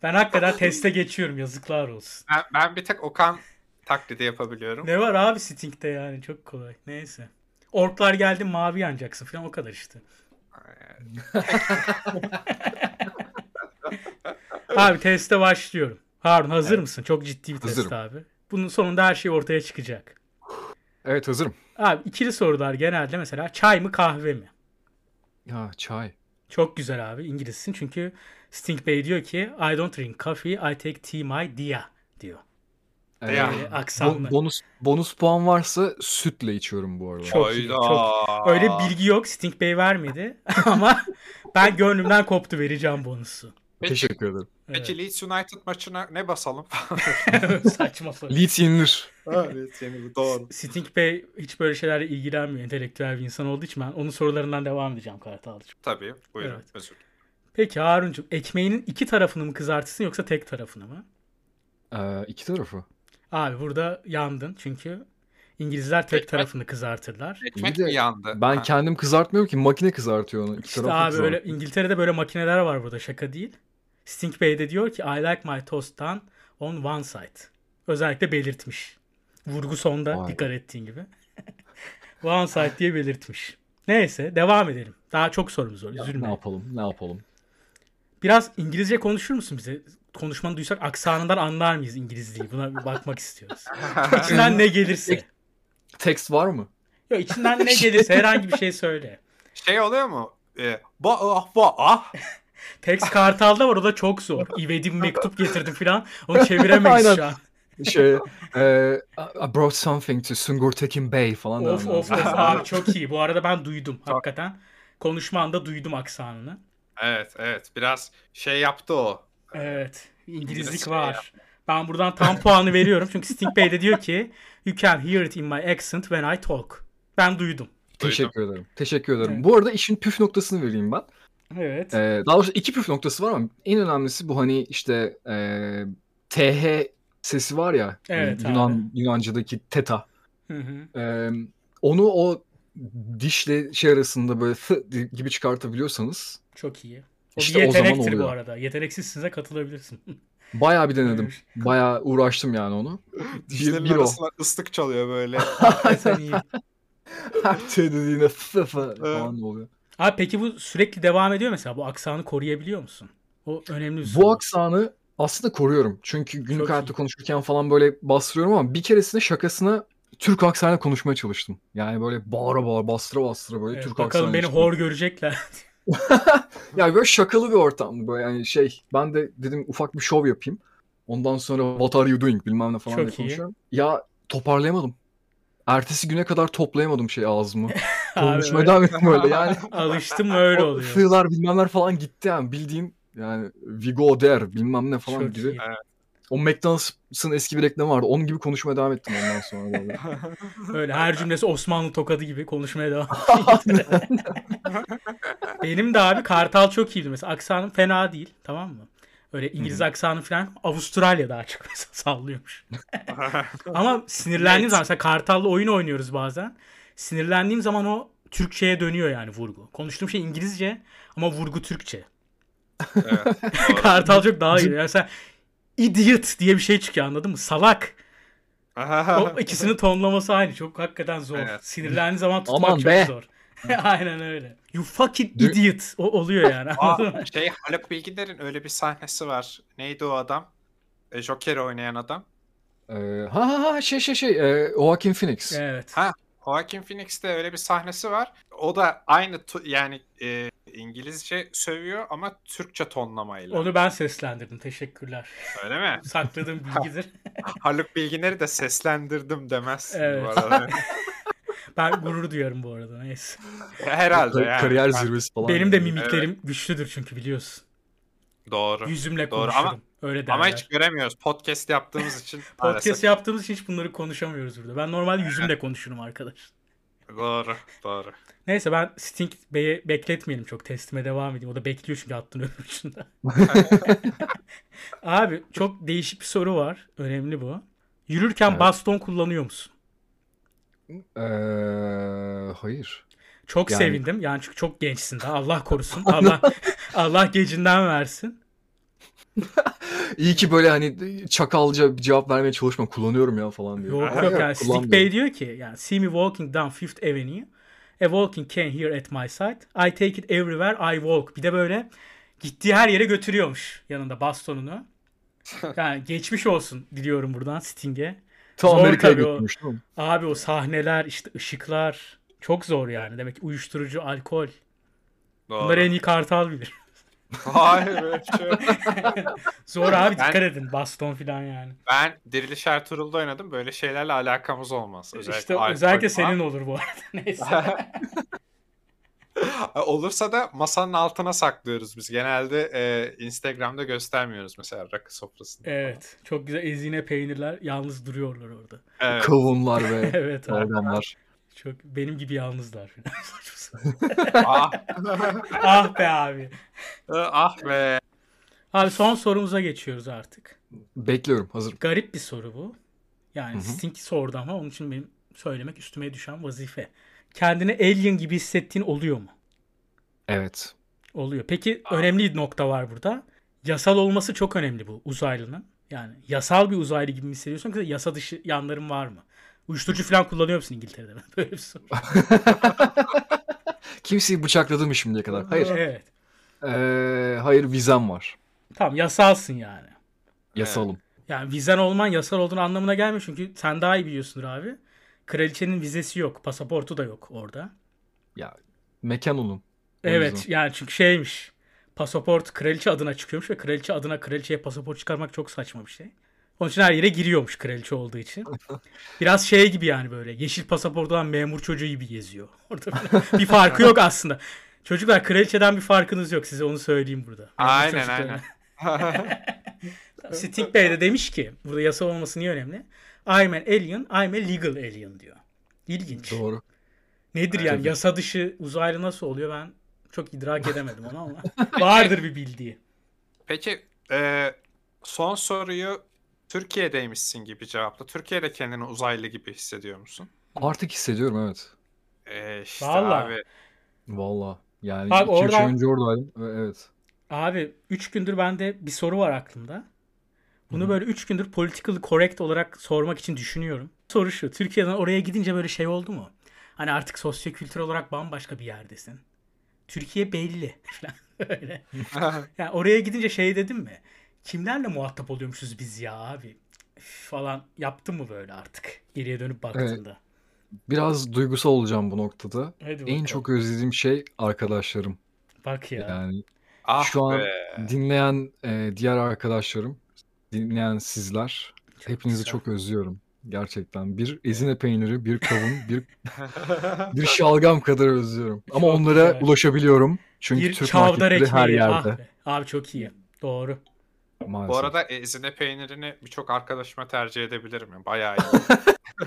[SPEAKER 1] Ben hakikaten teste geçiyorum. Yazıklar olsun.
[SPEAKER 2] ben, ben bir tek Okan taklidi yapabiliyorum.
[SPEAKER 1] Ne var abi Sting'de yani çok kolay. Neyse. Orklar geldi mavi yanacaksın falan o kadar işte. Abi teste başlıyorum. Harun hazır mısın? Çok ciddi bir test
[SPEAKER 3] Hazırım.
[SPEAKER 1] abi. Bunun sonunda her şey ortaya çıkacak.
[SPEAKER 3] Evet hazırım.
[SPEAKER 1] Abi ikili sorular genelde mesela çay mı kahve mi?
[SPEAKER 3] Ya çay.
[SPEAKER 1] Çok güzel abi İngilizsin çünkü Sting Bey diyor ki I don't drink coffee I take tea my dear diyor.
[SPEAKER 3] Ee,
[SPEAKER 2] Ya.
[SPEAKER 1] Böyle
[SPEAKER 3] bon-
[SPEAKER 1] aksanlı.
[SPEAKER 3] bonus bonus puan varsa sütle içiyorum bu arada.
[SPEAKER 1] Çok iyi, çok. Öyle bilgi yok Sting Bey vermedi [LAUGHS] ama ben gönlümden koptu vereceğim bonusu.
[SPEAKER 3] Teşekkür ederim.
[SPEAKER 1] Evet.
[SPEAKER 2] Peki Leeds United maçına ne
[SPEAKER 3] [LAUGHS]
[SPEAKER 2] basalım?
[SPEAKER 1] [LAUGHS] Saçma soru.
[SPEAKER 3] Leeds yenilir.
[SPEAKER 2] evet, yani doğru.
[SPEAKER 1] Sting Bey hiç böyle şeylerle ilgilenmiyor. Entelektüel bir insan olduğu için ben onun sorularından devam edeceğim Kartal'cığım.
[SPEAKER 2] Tabii. Buyurun.
[SPEAKER 1] Evet.
[SPEAKER 2] Özür dilerim.
[SPEAKER 1] Peki Harun'cum ekmeğinin iki tarafını mı kızartırsın yoksa tek tarafını mı?
[SPEAKER 3] Ee, iki tarafı.
[SPEAKER 1] Abi burada yandın çünkü İngilizler tek
[SPEAKER 2] Ekmek-
[SPEAKER 1] tarafını kızartırlar.
[SPEAKER 2] Ekmek
[SPEAKER 3] de
[SPEAKER 2] mi yandı?
[SPEAKER 3] Ben
[SPEAKER 2] Ha.
[SPEAKER 3] kendim kızartmıyorum ki makine kızartıyor onu. İki
[SPEAKER 1] İşte
[SPEAKER 3] tarafı
[SPEAKER 1] abi öyle
[SPEAKER 3] kızartıyor.
[SPEAKER 1] İngiltere'de böyle makineler var burada şaka değil. Sting Bey de diyor ki I like my toast done on one side. Özellikle belirtmiş. Vurgu sonda
[SPEAKER 3] Vay.
[SPEAKER 1] dikkat ettiğin gibi. [LAUGHS] one side diye belirtmiş. Neyse devam edelim. Daha çok sorumuz var.
[SPEAKER 3] Ne
[SPEAKER 1] Üzülme.
[SPEAKER 3] yapalım? Ne yapalım?
[SPEAKER 1] Biraz İngilizce konuşur musun bize? konuşmanı duysak aksanından anlar mıyız İngilizliği? Buna bir bakmak [LAUGHS] istiyoruz. İçinden ne gelirse.
[SPEAKER 3] Text var mı?
[SPEAKER 1] Yok içinden [LAUGHS] ne gelirse herhangi bir şey söyle.
[SPEAKER 2] Şey oluyor mu? Ee, ba ah ba ah.
[SPEAKER 1] Text Kartal'da var o da çok zor. İvedim mektup getirdim falan. Onu çeviremeyiz
[SPEAKER 3] Aynen.
[SPEAKER 1] şu an.
[SPEAKER 3] Şey, e, I brought something to Sungur Tekin Bey falan. da
[SPEAKER 1] Of
[SPEAKER 3] anlamı.
[SPEAKER 1] of of abi çok iyi. Bu arada ben duydum hakikaten. Konuşmanda duydum aksanını.
[SPEAKER 2] Evet evet biraz şey yaptı
[SPEAKER 3] [LAUGHS]
[SPEAKER 2] o.
[SPEAKER 1] Evet. İngilizlik
[SPEAKER 2] İngilizce
[SPEAKER 1] var. Ben buradan tam puanı veriyorum. Çünkü Sting Bey de diyor ki You can hear it in my accent when I talk. Ben duydum.
[SPEAKER 3] Teşekkür ederim. Teşekkür ederim.
[SPEAKER 1] Evet.
[SPEAKER 3] Bu arada işin püf noktasını vereyim ben.
[SPEAKER 1] Evet.
[SPEAKER 3] Ee, daha doğrusu iki püf noktası var ama en önemlisi bu hani işte e, TH sesi var ya hani
[SPEAKER 1] Evet abi.
[SPEAKER 3] Yunan Yunanca'daki teta.
[SPEAKER 1] Hı hı.
[SPEAKER 3] Ee, onu o dişle şey arasında böyle [LAUGHS] th gibi çıkartabiliyorsanız
[SPEAKER 1] Çok iyi. O
[SPEAKER 3] İşte o
[SPEAKER 1] bir
[SPEAKER 3] zaman
[SPEAKER 1] yetenektir bu
[SPEAKER 3] oluyor.
[SPEAKER 1] arada. Yeteneksizsinize katılabilirsin. [LAUGHS]
[SPEAKER 3] bayağı bir denedim.
[SPEAKER 1] Evet.
[SPEAKER 3] Bayağı uğraştım yani onu. [LAUGHS]
[SPEAKER 2] Dişlerin
[SPEAKER 3] bir o.
[SPEAKER 2] arasına ıslık çalıyor
[SPEAKER 3] [LAUGHS]
[SPEAKER 2] böyle.
[SPEAKER 1] Sen iyi.
[SPEAKER 3] Her şey dediğine [LAUGHS] f- f- falan oluyor.
[SPEAKER 1] Abi peki bu sürekli devam ediyor mesela. Bu aksanı koruyabiliyor musun? O önemli bir soru.
[SPEAKER 3] Bu aksanı aslında koruyorum. Çünkü günlük
[SPEAKER 1] Çok
[SPEAKER 3] hayatta
[SPEAKER 1] iyi.
[SPEAKER 3] konuşurken falan böyle bastırıyorum ama bir keresinde şakasına Türk aksanıyla konuşmaya çalıştım. Yani böyle bağıra bağıra bastıra bastıra böyle
[SPEAKER 1] Evet,
[SPEAKER 3] Türk
[SPEAKER 1] bakalım
[SPEAKER 3] aksanıyla
[SPEAKER 1] beni
[SPEAKER 3] çıkıyor.
[SPEAKER 1] hor görecekler. [LAUGHS]
[SPEAKER 3] Yani böyle şakalı bir ortamdı böyle yani şey ben de dedim ufak bir şov yapayım. Ondan sonra what are you doing bilmem ne falan
[SPEAKER 1] Çok
[SPEAKER 3] diye
[SPEAKER 1] iyi.
[SPEAKER 3] konuşuyorum. Ya toparlayamadım. Ertesi güne kadar toplayamadım şey
[SPEAKER 1] [LAUGHS]
[SPEAKER 3] ağzımı.
[SPEAKER 1] Abi
[SPEAKER 3] Konuşmaya
[SPEAKER 1] öyle-
[SPEAKER 3] devam ettim
[SPEAKER 1] [LAUGHS]
[SPEAKER 3] öyle yani.
[SPEAKER 1] alıştım öyle
[SPEAKER 3] [LAUGHS] O
[SPEAKER 1] oluyor.
[SPEAKER 3] Fığlar bilmemler falan gitti yani bildiğin yani Vigo der bilmem ne falan
[SPEAKER 1] Çok
[SPEAKER 3] gibi.
[SPEAKER 1] [LAUGHS] iyi.
[SPEAKER 3] O McDonald's'ın eski bir reklamı vardı. Onun gibi konuşmaya devam ettim ondan sonra. böyle.
[SPEAKER 1] Öyle her cümlesi Osmanlı tokadı gibi konuşmaya devam. Benim de abi Kartal çok iyiydi mesela. Aksanım fena değil tamam mı? Öyle İngiliz aksanı falan Avustralya'da açık [LAUGHS] mesela
[SPEAKER 2] [LAUGHS]
[SPEAKER 1] sallıyormuş. Ama sinirlendiğim
[SPEAKER 2] Evet.
[SPEAKER 1] zaman mesela Kartal'la oyun oynuyoruz bazen. Sinirlendiğim zaman o Türkçe'ye dönüyor yani vurgu. Konuştuğum şey İngilizce ama vurgu Türkçe. [LAUGHS]
[SPEAKER 2] evet, doğru.
[SPEAKER 1] Kartal çok daha iyi. Yani mesela idiot diye bir şey çıkıyor anladın mı? Salak.
[SPEAKER 2] [LAUGHS]
[SPEAKER 1] O ikisinin tonlaması aynı. Çok hakikaten zor.
[SPEAKER 2] Evet.
[SPEAKER 1] Sinirlendiği zaman tutmak
[SPEAKER 3] Aman
[SPEAKER 1] çok
[SPEAKER 3] be.
[SPEAKER 1] zor. [LAUGHS] Aynen öyle. You fucking
[SPEAKER 3] Dü-
[SPEAKER 1] idiot. O oluyor yani. anladın mı? [LAUGHS]
[SPEAKER 2] Aa, şey Haluk Bilginer'in öyle bir sahnesi var. Neydi o adam? E, Joker oynayan adam.
[SPEAKER 3] Ee, ha ha ha şey şey şey e, Joaquin Phoenix.
[SPEAKER 1] Evet.
[SPEAKER 2] Ha, Joaquin Phoenix'te öyle bir sahnesi var. O da aynı tu- yani e, İngilizce sövüyor ama Türkçe tonlamayla.
[SPEAKER 1] Onu ben seslendirdim. Teşekkürler.
[SPEAKER 2] Öyle mi?
[SPEAKER 1] Sakladığım
[SPEAKER 2] [LAUGHS]
[SPEAKER 1] bilgidir.
[SPEAKER 2] Haluk Bilginer'i de seslendirdim demezsin bu
[SPEAKER 1] Evet. [LAUGHS]
[SPEAKER 2] arada.
[SPEAKER 1] Ben gurur duyarım bu arada. Neyse.
[SPEAKER 2] Herhalde
[SPEAKER 3] Kar-
[SPEAKER 2] yani.
[SPEAKER 3] Kariyer
[SPEAKER 2] Ben-
[SPEAKER 3] zirvesi falan.
[SPEAKER 1] Benim de
[SPEAKER 3] yani.
[SPEAKER 1] mimiklerim güçlüdür çünkü biliyorsun.
[SPEAKER 2] Doğru.
[SPEAKER 1] Yüzümle
[SPEAKER 2] Doğru
[SPEAKER 1] konuşurum.
[SPEAKER 2] ama-
[SPEAKER 1] Öyle derler.
[SPEAKER 2] Ama hiç göremiyoruz. Podcast yaptığımız için
[SPEAKER 1] Podcast
[SPEAKER 2] maalesef.
[SPEAKER 1] yaptığımız için hiç bunları konuşamıyoruz burada. Ben normalde
[SPEAKER 2] [LAUGHS]
[SPEAKER 1] yüzümle konuşurum arkadaş.
[SPEAKER 2] Doğru, doğru.
[SPEAKER 1] Neyse ben Sting Bey'i bekletmeyelim çok. Testime devam edeyim. O da bekliyor çünkü hattın öbür
[SPEAKER 3] [LAUGHS]
[SPEAKER 1] ucunda. Abi çok değişik bir soru var. Önemli bu. Yürürken
[SPEAKER 3] Evet.
[SPEAKER 1] baston kullanıyor musun?
[SPEAKER 3] Ee, hayır.
[SPEAKER 1] Çok
[SPEAKER 3] Yani-
[SPEAKER 1] sevindim. Yani çünkü çok gençsin daha. Allah korusun.
[SPEAKER 3] [LAUGHS]
[SPEAKER 1] Allah Allah gecinden versin.
[SPEAKER 3] İyi ki böyle hani çakalca bir cevap vermeye çalışma kullanıyorum ya falan diyor.
[SPEAKER 1] Yok
[SPEAKER 3] Hayır,
[SPEAKER 1] yok yani Sting
[SPEAKER 3] kullanmıyorum.
[SPEAKER 1] Bey diyor ki yani see me walking down Fifth Avenue. A walking cane here at my side. I take it everywhere I walk. Bir de böyle gittiği her yere götürüyormuş yanında bastonunu. Yani geçmiş olsun diliyorum buradan Sting'e.
[SPEAKER 3] Ta
[SPEAKER 1] Zor
[SPEAKER 3] Amerika'ya
[SPEAKER 1] tabii o.
[SPEAKER 3] götürmüş değil mi?
[SPEAKER 1] Abi o sahneler işte ışıklar çok zor yani. Demek ki uyuşturucu, alkol.
[SPEAKER 2] Doğru.
[SPEAKER 1] Bunları en iyi kartal bilir. [LAUGHS]
[SPEAKER 2] Hayır öyle bir şey yok.
[SPEAKER 1] Zor abi
[SPEAKER 2] Ben-
[SPEAKER 1] dikkat edin baston filan yani.
[SPEAKER 2] Ben Diriliş Ertuğrul'da oynadım. Böyle şeylerle alakamız olmaz. Özellikle
[SPEAKER 1] işte
[SPEAKER 2] alkol
[SPEAKER 1] özellikle
[SPEAKER 2] falan.
[SPEAKER 1] senin olur bu arada. [LAUGHS]
[SPEAKER 2] [LAUGHS]
[SPEAKER 1] Neyse.
[SPEAKER 2] Olursa da masanın altına saklıyoruz biz. Genelde e, Instagram'da göstermiyoruz mesela rakı sofrasını.
[SPEAKER 1] evet. Çok güzel ezine peynirler yalnız duruyorlar orada. [LAUGHS]
[SPEAKER 2] Evet.
[SPEAKER 3] Kavunlar ve
[SPEAKER 1] Evet abi.
[SPEAKER 3] adamlar.
[SPEAKER 1] Çok benim gibi yalnızlar [LAUGHS] filan. Saçma sapan.
[SPEAKER 2] ah,
[SPEAKER 1] ah be abi.
[SPEAKER 2] [LAUGHS] ah be.
[SPEAKER 1] Abi son sorumuza geçiyoruz artık.
[SPEAKER 3] Bekliyorum hazırım.
[SPEAKER 1] Garip bir soru bu. Yani
[SPEAKER 3] Hı hı.
[SPEAKER 1] Sting sordu ama onun için benim söylemek üstüme düşen vazife. Kendini alien gibi hissettiğin oluyor mu?
[SPEAKER 3] Evet.
[SPEAKER 1] Oluyor. Peki önemli bir nokta var burada. Yasal olması çok önemli bu uzaylının. Yani yasal bir uzaylı gibi mi hissediyorsun yoksa yasa dışı yanların var mı? Uyuşturucu falan kullanıyor musun İngiltere'de? [LAUGHS] Böyle bir soru.
[SPEAKER 3] [LAUGHS] Kimseyi bıçakladım mı şimdiye kadar? Hayır.
[SPEAKER 1] Evet.
[SPEAKER 3] Ee, hayır vizem var.
[SPEAKER 1] Tamam yasalsın yani.
[SPEAKER 3] Yasalım.
[SPEAKER 1] Yani vizen olman yasal olduğunu anlamına gelmiyor çünkü sen daha iyi biliyorsundur abi. Kraliçenin vizesi yok, pasaportu da yok orada.
[SPEAKER 3] Mekan olun. O
[SPEAKER 1] Evet
[SPEAKER 3] yüzden.
[SPEAKER 1] yani çünkü şeymiş. Pasaport kraliçe adına çıkıyormuş ve kraliçe adına kraliçeye pasaport çıkarmak çok saçma bir şey. Onun için her yere giriyormuş kraliçe olduğu
[SPEAKER 3] [LAUGHS]
[SPEAKER 1] için. Biraz şey gibi yani böyle yeşil pasaport olan memur çocuğu gibi geziyor. [LAUGHS] Orada falan. bir farkı yok aslında. Çocuklar kraliçeden bir farkınız yok size onu söyleyeyim burada. Memur
[SPEAKER 2] Aynen
[SPEAKER 1] çocuklara.
[SPEAKER 2] aynen.
[SPEAKER 1] [LAUGHS]
[SPEAKER 3] [LAUGHS]
[SPEAKER 1] Sting Bey de demiş ki burada yasal olması niye önemli? I'm an alien, I'm a legal alien diyor. İlginç.
[SPEAKER 3] Doğru.
[SPEAKER 1] Nedir yani
[SPEAKER 3] Tabii.
[SPEAKER 1] yasa dışı uzaylı nasıl oluyor ben çok
[SPEAKER 3] [LAUGHS]
[SPEAKER 1] idrak edemedim onu ama vardır bir bildiği.
[SPEAKER 2] Peki e, son soruyu Türkiye'deymişsin gibi cevapla. Türkiye'de kendini uzaylı gibi hissediyor musun?
[SPEAKER 3] Artık hissediyorum evet.
[SPEAKER 2] E, işte
[SPEAKER 1] Vallahi.
[SPEAKER 2] abi.
[SPEAKER 3] Valla. Yani
[SPEAKER 1] Bak
[SPEAKER 3] 2-3 ay
[SPEAKER 1] oradan-
[SPEAKER 3] önce oradaydım. ve Evet.
[SPEAKER 1] Abi 3 gündür bende bir soru var aklımda. Bunu
[SPEAKER 3] Hı hı.
[SPEAKER 1] böyle 3 gündür political correct olarak sormak için düşünüyorum. Soru şu. Türkiye'den oraya gidince böyle şey oldu mu? Hani artık sosyokültür olarak bambaşka bir yerdesin. Türkiye belli [LAUGHS] falan öyle.
[SPEAKER 3] [LAUGHS]
[SPEAKER 1] Yani oraya gidince şey dedim mi? Kimlerle muhatap oluyormuşuz biz ya abi? Üf Falan yaptın mı böyle artık? Geriye dönüp baktığında.
[SPEAKER 3] Biraz duygusal olacağım bu noktada.
[SPEAKER 1] Hadi
[SPEAKER 3] En
[SPEAKER 1] bakalım.
[SPEAKER 3] çok özlediğim şey arkadaşlarım.
[SPEAKER 1] Bak ya.
[SPEAKER 3] Yani
[SPEAKER 2] ah
[SPEAKER 3] şu an-
[SPEAKER 2] be.
[SPEAKER 3] dinleyen e, diğer arkadaşlarım, dinleyen sizler.
[SPEAKER 1] Çok
[SPEAKER 3] Hepinizi
[SPEAKER 1] güzel.
[SPEAKER 3] çok özlüyorum. Gerçekten. Bir ezine peyniri, bir kavun,
[SPEAKER 1] [LAUGHS]
[SPEAKER 3] bir bir şalgam kadar özlüyorum. Ama
[SPEAKER 1] Çok
[SPEAKER 3] onlara
[SPEAKER 1] güzel.
[SPEAKER 3] ulaşabiliyorum. Çünkü
[SPEAKER 1] Bir
[SPEAKER 3] Türk
[SPEAKER 1] çavdar
[SPEAKER 3] marketleri
[SPEAKER 1] ekmeği.
[SPEAKER 3] her
[SPEAKER 1] Ah
[SPEAKER 3] yerde.
[SPEAKER 1] be. Abi çok iyi. Doğru.
[SPEAKER 3] Maalesef.
[SPEAKER 2] Bu arada ezine peynirini birçok arkadaşıma tercih edebilirim. Yani Bayağı [LAUGHS] iyi.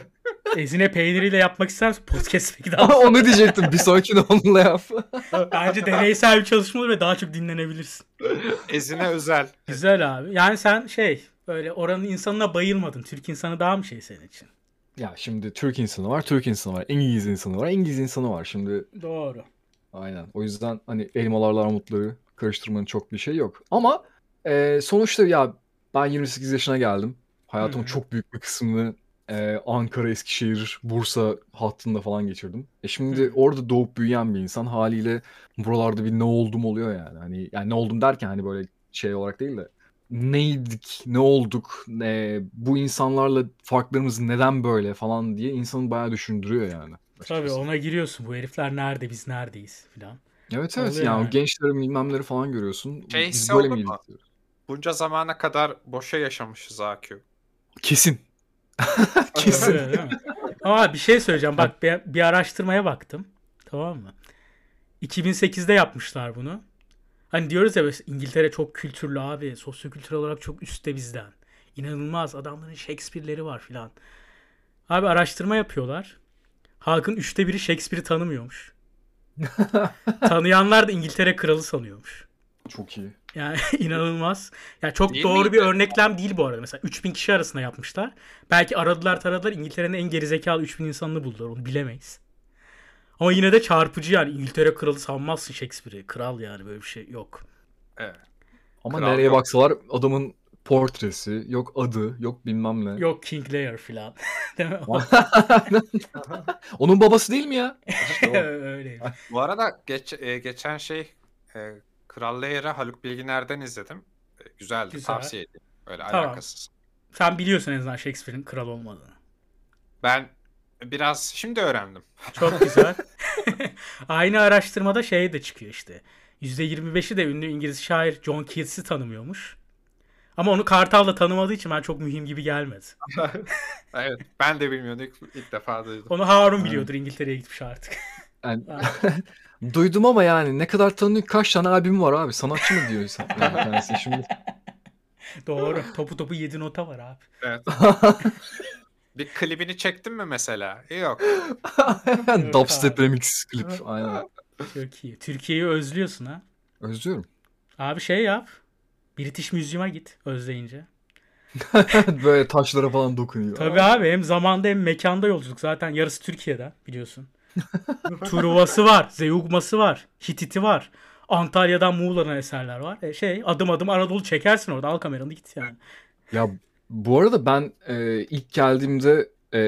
[SPEAKER 1] Ezine peyniriyle yapmak ister misin? Podcast peki daha.
[SPEAKER 3] Aa, [LAUGHS] onu diyecektim. Bir sonrakini onunla yap. [LAUGHS]
[SPEAKER 1] Bence deneysel bir çalışma olur ve daha çok dinlenebilirsin.
[SPEAKER 2] ezine özel.
[SPEAKER 1] Güzel abi. Yani sen şey böyle oranın insanına bayılmadın. Türk insanı daha mı şey senin için?
[SPEAKER 3] ya şimdi Türk insanı var, Türk insanı var. İngiliz insanı var, İngiliz insanı var. Şimdi
[SPEAKER 1] Doğru.
[SPEAKER 3] Aynen. O yüzden hani elmalarla armutları karıştırmanın çok bir şey yok. Ama e, sonuçta ya ben 28 yaşına geldim. Hayatımın
[SPEAKER 1] Hı.
[SPEAKER 3] çok büyük bir kısmını e, Ankara, Eskişehir, Bursa hattında falan geçirdim. E şimdi
[SPEAKER 1] Hı.
[SPEAKER 3] orada doğup büyüyen bir insan haliyle buralarda bir ne oldum oluyor yani. Hani yani ne oldum derken hani böyle şey olarak değil de neydik, ne olduk, ne, bu insanlarla farklarımız neden böyle falan diye insanı bayağı düşündürüyor yani.
[SPEAKER 1] Tabii
[SPEAKER 3] açıkçası.
[SPEAKER 1] ona giriyorsun. Bu herifler nerede biz neredeyiz filan.
[SPEAKER 3] Evet evet
[SPEAKER 1] Oluyor
[SPEAKER 3] yani
[SPEAKER 1] yani.
[SPEAKER 3] o gençleri bilmemleri falan görüyorsun.
[SPEAKER 2] Şey
[SPEAKER 3] Biz
[SPEAKER 2] ise
[SPEAKER 3] böyle
[SPEAKER 2] olur
[SPEAKER 3] miydik
[SPEAKER 2] mu?
[SPEAKER 3] diyor.
[SPEAKER 2] Bunca zamana kadar boşa yaşamışız AQ.
[SPEAKER 3] Kesin.
[SPEAKER 2] [LAUGHS]
[SPEAKER 1] Kesin.
[SPEAKER 3] Kesin.
[SPEAKER 1] Ama bir şey söyleyeceğim. Bak bir, bir araştırmaya baktım. Tamam mı? 2008'de yapmışlar bunu. Hani diyoruz ya böyle İngiltere çok kültürlü abi. Sosyokültürel olarak çok üstte bizden. İnanılmaz. Adamların Shakespeare'leri var filan. Abi araştırma yapıyorlar. Halkın üçte biri Shakespeare'i [LAUGHS] tanımıyormuş. Tanıyanlar da İngiltere kralı sanıyormuş.
[SPEAKER 3] Çok iyi.
[SPEAKER 1] Yani [LAUGHS] inanılmaz. Ya çok
[SPEAKER 2] Değil
[SPEAKER 1] doğru
[SPEAKER 2] miydi?
[SPEAKER 1] bir örneklem değil bu arada. Mesela 3000 kişi arasında yapmışlar. Belki aradılar taradılar İngiltere'nin en gerizekalı 3000 insanını buldular. Onu bilemeyiz. Ama yine de çarpıcı yani. İngiltere kralı sanmazsın Shakespeare'i. Kral yani böyle bir şey yok.
[SPEAKER 2] Evet.
[SPEAKER 3] Ama
[SPEAKER 2] Kral
[SPEAKER 3] nereye
[SPEAKER 2] yok.
[SPEAKER 3] baksalar adamın portresi, yok adı, yok bilmem ne.
[SPEAKER 1] Yok King Lear filan. [LAUGHS] Değil mi?
[SPEAKER 3] [LAUGHS] Onun babası değil mi ya?
[SPEAKER 2] [LAUGHS]
[SPEAKER 1] [LAUGHS]
[SPEAKER 3] İşte
[SPEAKER 1] Öyle.
[SPEAKER 2] Bu arada geç, e, geçen şey e, Kral Lear'ı Haluk Bilginer'den izledim. E, güzeldi.
[SPEAKER 1] Güzel.
[SPEAKER 2] Tavsiye edeyim. Öyle
[SPEAKER 1] Tamam.
[SPEAKER 2] alakasız.
[SPEAKER 1] Sen biliyorsun en azından Shakespeare'in kral olmadığını.
[SPEAKER 2] Ben biraz
[SPEAKER 1] [LAUGHS]
[SPEAKER 2] şimdi öğrendim.
[SPEAKER 1] Çok güzel. Aynı araştırmada şey de çıkıyor işte. %25'i de ünlü İngiliz şair John Keats'i tanımıyormuş. Ama onu Kartal da tanımadığı için ben çok mühim gibi gelmedi.
[SPEAKER 2] Evet. Ben de bilmiyordum. İlk, ilk defa duydum.
[SPEAKER 1] Onu Harun biliyordur İngiltere'ye gitmiş artık. [LAUGHS]
[SPEAKER 3] o. Yani- duydum ama yani ne kadar tanıdık kaç tane albüm var abi sanatçı mı diyor insan yani kendisi şimdi.
[SPEAKER 2] [LAUGHS]
[SPEAKER 1] Doğru. Topu topu 7 nota var abi.
[SPEAKER 2] Evet. Bir klibini çektin mi mesela?
[SPEAKER 1] [LAUGHS]
[SPEAKER 2] Yok.
[SPEAKER 3] Dubstep remix klip aynen.
[SPEAKER 1] Çok iyi. Türkiye'yi özlüyorsun ha.
[SPEAKER 3] Özlüyorum. [LAUGHS]
[SPEAKER 1] Abi şey yap. British Museum'a git özleyince.
[SPEAKER 3] Böyle taşlara falan dokunuyor.
[SPEAKER 1] Tabii abi hem zamanda hem mekanda yolculuk. Zaten yarısı Türkiye'den biliyorsun. [LAUGHS] Truvası var, Zeyugması var, Hititi var. Antalya'dan Muğla'na eserler var. E şey adım adım Anadolu çekersin orada. Al kameranı git yani.
[SPEAKER 3] Ya bu arada ben e, ilk geldiğimde e,